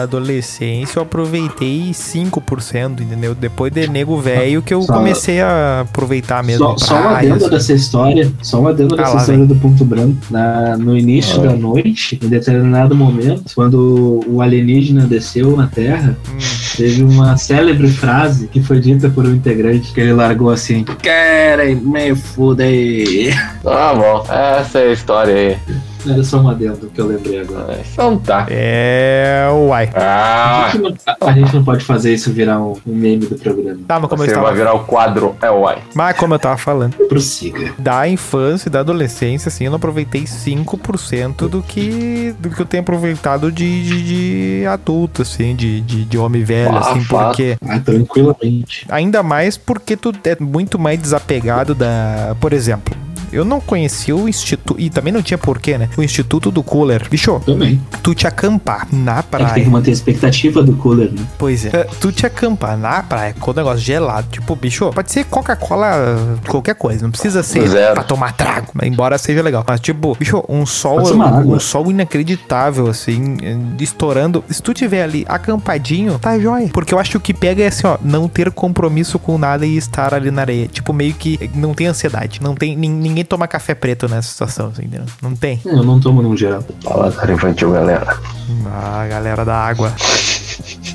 adolescência, eu aproveitei 5%, entendeu? Depois de nego velho que eu
Só-
comecei a aproveitar Tá mesmo.
Só, só um
praia,
adendo
assim.
dessa história, só um adendo
Ah,
dessa
lá
história do Ponto Branco. Na- no início
Ah.
da noite, em determinado momento, quando o alienígena desceu na Terra,
Hum.
Teve uma célebre frase que foi dita por um integrante que ele largou assim: Querem me fuder.
Ah, bom. Essa é a história aí.
Era só um adendo que eu lembrei agora.
Ah, Então tá.
É, uai.
A
Ah,
gente não- a gente não pode fazer isso virar um, um meme do programa.
Tá, mas como eu
você vai
estava,
virar o quadro é uai.
mas como eu tava falando,
Prossiga.
da infância e da adolescência, assim, eu não aproveitei 5% do que do que eu tenho aproveitado de, de, de adulto, assim, de, de, de homem velho,
Ah,
assim,
fato.
porque
Ah, tranquilamente.
Ainda mais porque tu é muito mais desapegado da. Por exemplo. Eu não conhecia o instituto. E também não tinha porquê, né? O Instituto do Cooler. Bicho,
Também.
tu te acampar na
É que tem que
praia.
manter a expectativa do cooler, né?
Pois é. Eh, Tu te acampar na praia com o negócio gelado. Tipo, bicho, pode ser Coca-Cola, qualquer coisa. Não precisa ser
Zero.
pra tomar trago. mas Embora seja legal. Mas, tipo, bicho, um sol.
Pode ser uma água.
Um sol inacreditável, assim, eh, estourando. Se tu tiver ali acampadinho, tá jóia. Porque eu acho que o que pega é assim, ó, não ter compromisso com nada e estar ali na areia. Tipo, meio que não tem ansiedade. Não tem. nin- Ninguém toma café preto nessa situação, assim, entendeu? Não tem.
É, Eu não tomo num geral.
Paladar infantil, galera.
Ah, galera da água.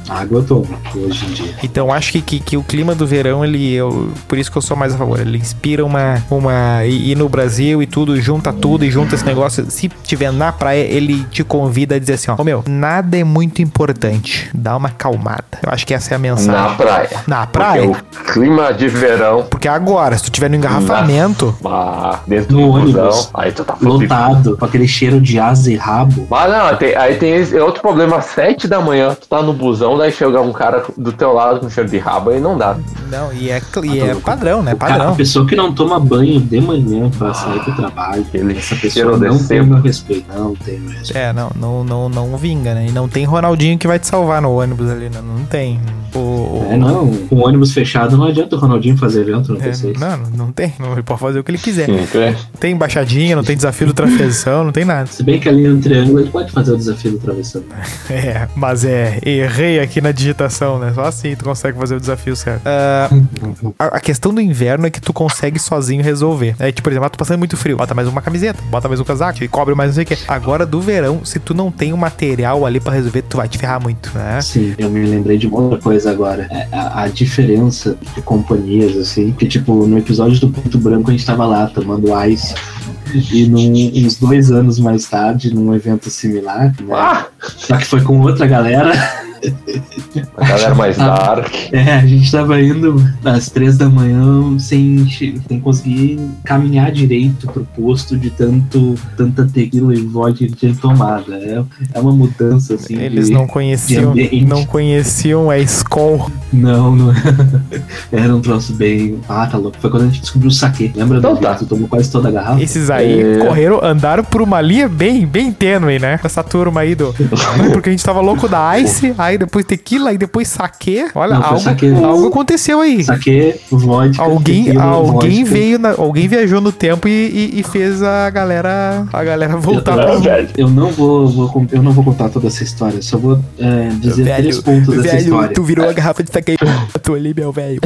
Água eu tomo hoje em dia.
Então acho que, que, que o clima do verão, ele. Eu, por isso que eu sou mais a favor. Ele inspira uma. uma e, e no Brasil e tudo, junta tudo e junta esse negócio. Se tiver na praia, ele te convida a dizer assim: ó, "Ô, meu, nada é muito importante. Dá uma calmada. Eu acho que essa é a
Na
mensagem.
praia.
Na,
Porque
praia?
o clima de verão.
Porque agora, se tu tiver no engarrafamento.
ah, dentro
No
do busão.
ônibus.
Aí tu tá
Lotado, com aquele cheiro de asa e rabo.
Mas não, tem- aí tem esse- é outro problema, às sete da manhã, tu tá no busão, daí chega um cara do teu lado com cheiro de rabo, aí não dá.
Não, e é, cl- e é padrão, né?
Ah, tá O cara, a
Padrão.
pessoa que não toma banho de manhã pra sair pro trabalho,
Aquele
essa
cheiro
pessoa
de
não tem
sebo.
meu respeito. Não tem meu respeito.
É, não, não, não, não vinga, né? E não tem Ronaldinho que vai te salvar no ônibus ali, né? Não tem. O, o-
É, não. Com o ônibus fechado não adianta o Ronaldinho fazer evento no
é,
P6.
não, não tem. Não, ele pode fazer o que ele quiser.
Sim, crê?
tem embaixadinha, não tem desafio do travessão, não tem nada.
Se bem que ali no triângulo ele pode fazer o desafio do travessão.
É, mas é, errei aqui na digitação, né? Só assim tu consegue fazer o desafio certo. Ah, a, a questão do inverno é que tu consegue sozinho resolver. É tipo, por exemplo, ah, tô passando muito frio, bota mais uma camiseta, bota mais um casaco, e cobre mais não sei o quê. Agora do verão, se tu não tem o material ali pra resolver, tu vai te ferrar muito, né?
Sim, eu me lembrei de uma outra coisa agora. É, A, a diferença de companhias, assim, que tipo, no episódio do Ponto Branco a gente tava lá tomando ice. E num- uns dois anos mais tarde, num evento similar, né?
Ah,
só que foi com outra galera,
a galera mais dark.
É, a gente tava indo às três da manhã sem, che- sem conseguir caminhar direito pro posto de tanto tanta tequila e vodka que tinha tomado. É, é uma mudança, assim.
Eles
de-
não conheciam,
de ambiente.
não conheciam a escola.
Não, não. é. Era um troço bem. Ah, tá louco. Foi quando a gente descobriu o saque. Lembra
Então
do
tá.
Tu tomou quase toda a garrafa?
Esses aí
É.
correram, andaram por uma linha bem, bem tênue, né? Essa turma aí do. Não, Porque a gente tava louco da Ice, aí depois tequila, aí depois saque. Olha,
Não, foi
algo,
saquê.
algo aconteceu aí.
Saque, vodka.
Alguém,
tequila,
alguém
vodka.
veio, na- alguém viajou no tempo e, e- e fez a galera, a galera
É.
voltar.
Eu
Pro...
Velho.
Eu não vou, vou con- eu não vou contar toda essa história, só vou é, dizer
Velho,
três pontos dessa história.
Velho, tu virou a garrafa de saque. Tu ali, meu velho.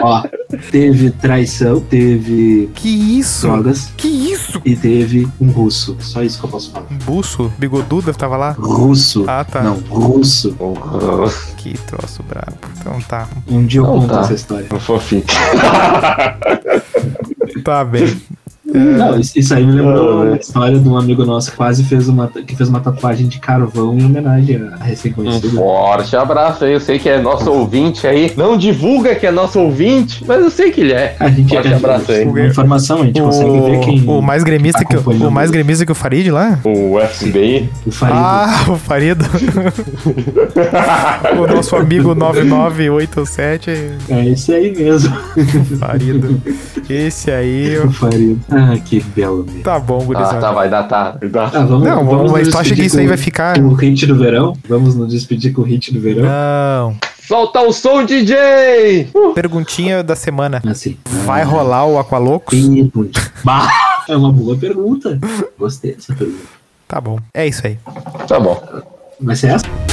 Ó, teve traição, teve
Que isso?
drogas
Que isso?
e teve um russo. Só isso que eu posso falar.
Um buço? Bigoduda tava lá?
Russo.
Ah, tá.
Não, russo.
Que troço brabo. Então tá.
Um dia eu
Então
conto
tá.
essa história.
Fofinho.
Tá bem.
Não, isso isso aí me lembrou
Ah,
uma
né?
história de um amigo nosso que quase fez uma, que fez uma tatuagem de carvão em homenagem à
Um
recém-conhecida.
Uhum.
forte abraço aí. Eu sei que é nosso ouvinte aí. Não divulga que é nosso ouvinte, mas eu sei que ele é.
A gente
Forte abraço aí.
uma informação, a gente consegue ver quem.
o mais gremista
tá
que o, o
acompanhando.
mais gremista que o Farid lá?
O FBI.
o Farido.
Ah, o Farido. o nosso amigo 9987
É esse aí mesmo.
Farido. Esse aí.
O Farido. Ah, que belo mesmo.
Tá bom, gurizada.
Ah, tá, vai datar. Vai datar.
Ah, vamos,
Não,
vamos
mas
nos
tu acha que
despedir
isso aí
com-
vai ficar. Ah,
Com o hit do verão? Vamos nos despedir com o hit do verão?
Não.
Solta o som, DJ!
Perguntinha da semana.
Assim.
Vai rolar o Aqualocos?
Pergunta. Bah! É uma boa pergunta. Gostei dessa pergunta.
Tá bom. É isso aí.
Tá bom.
Vai ser essa?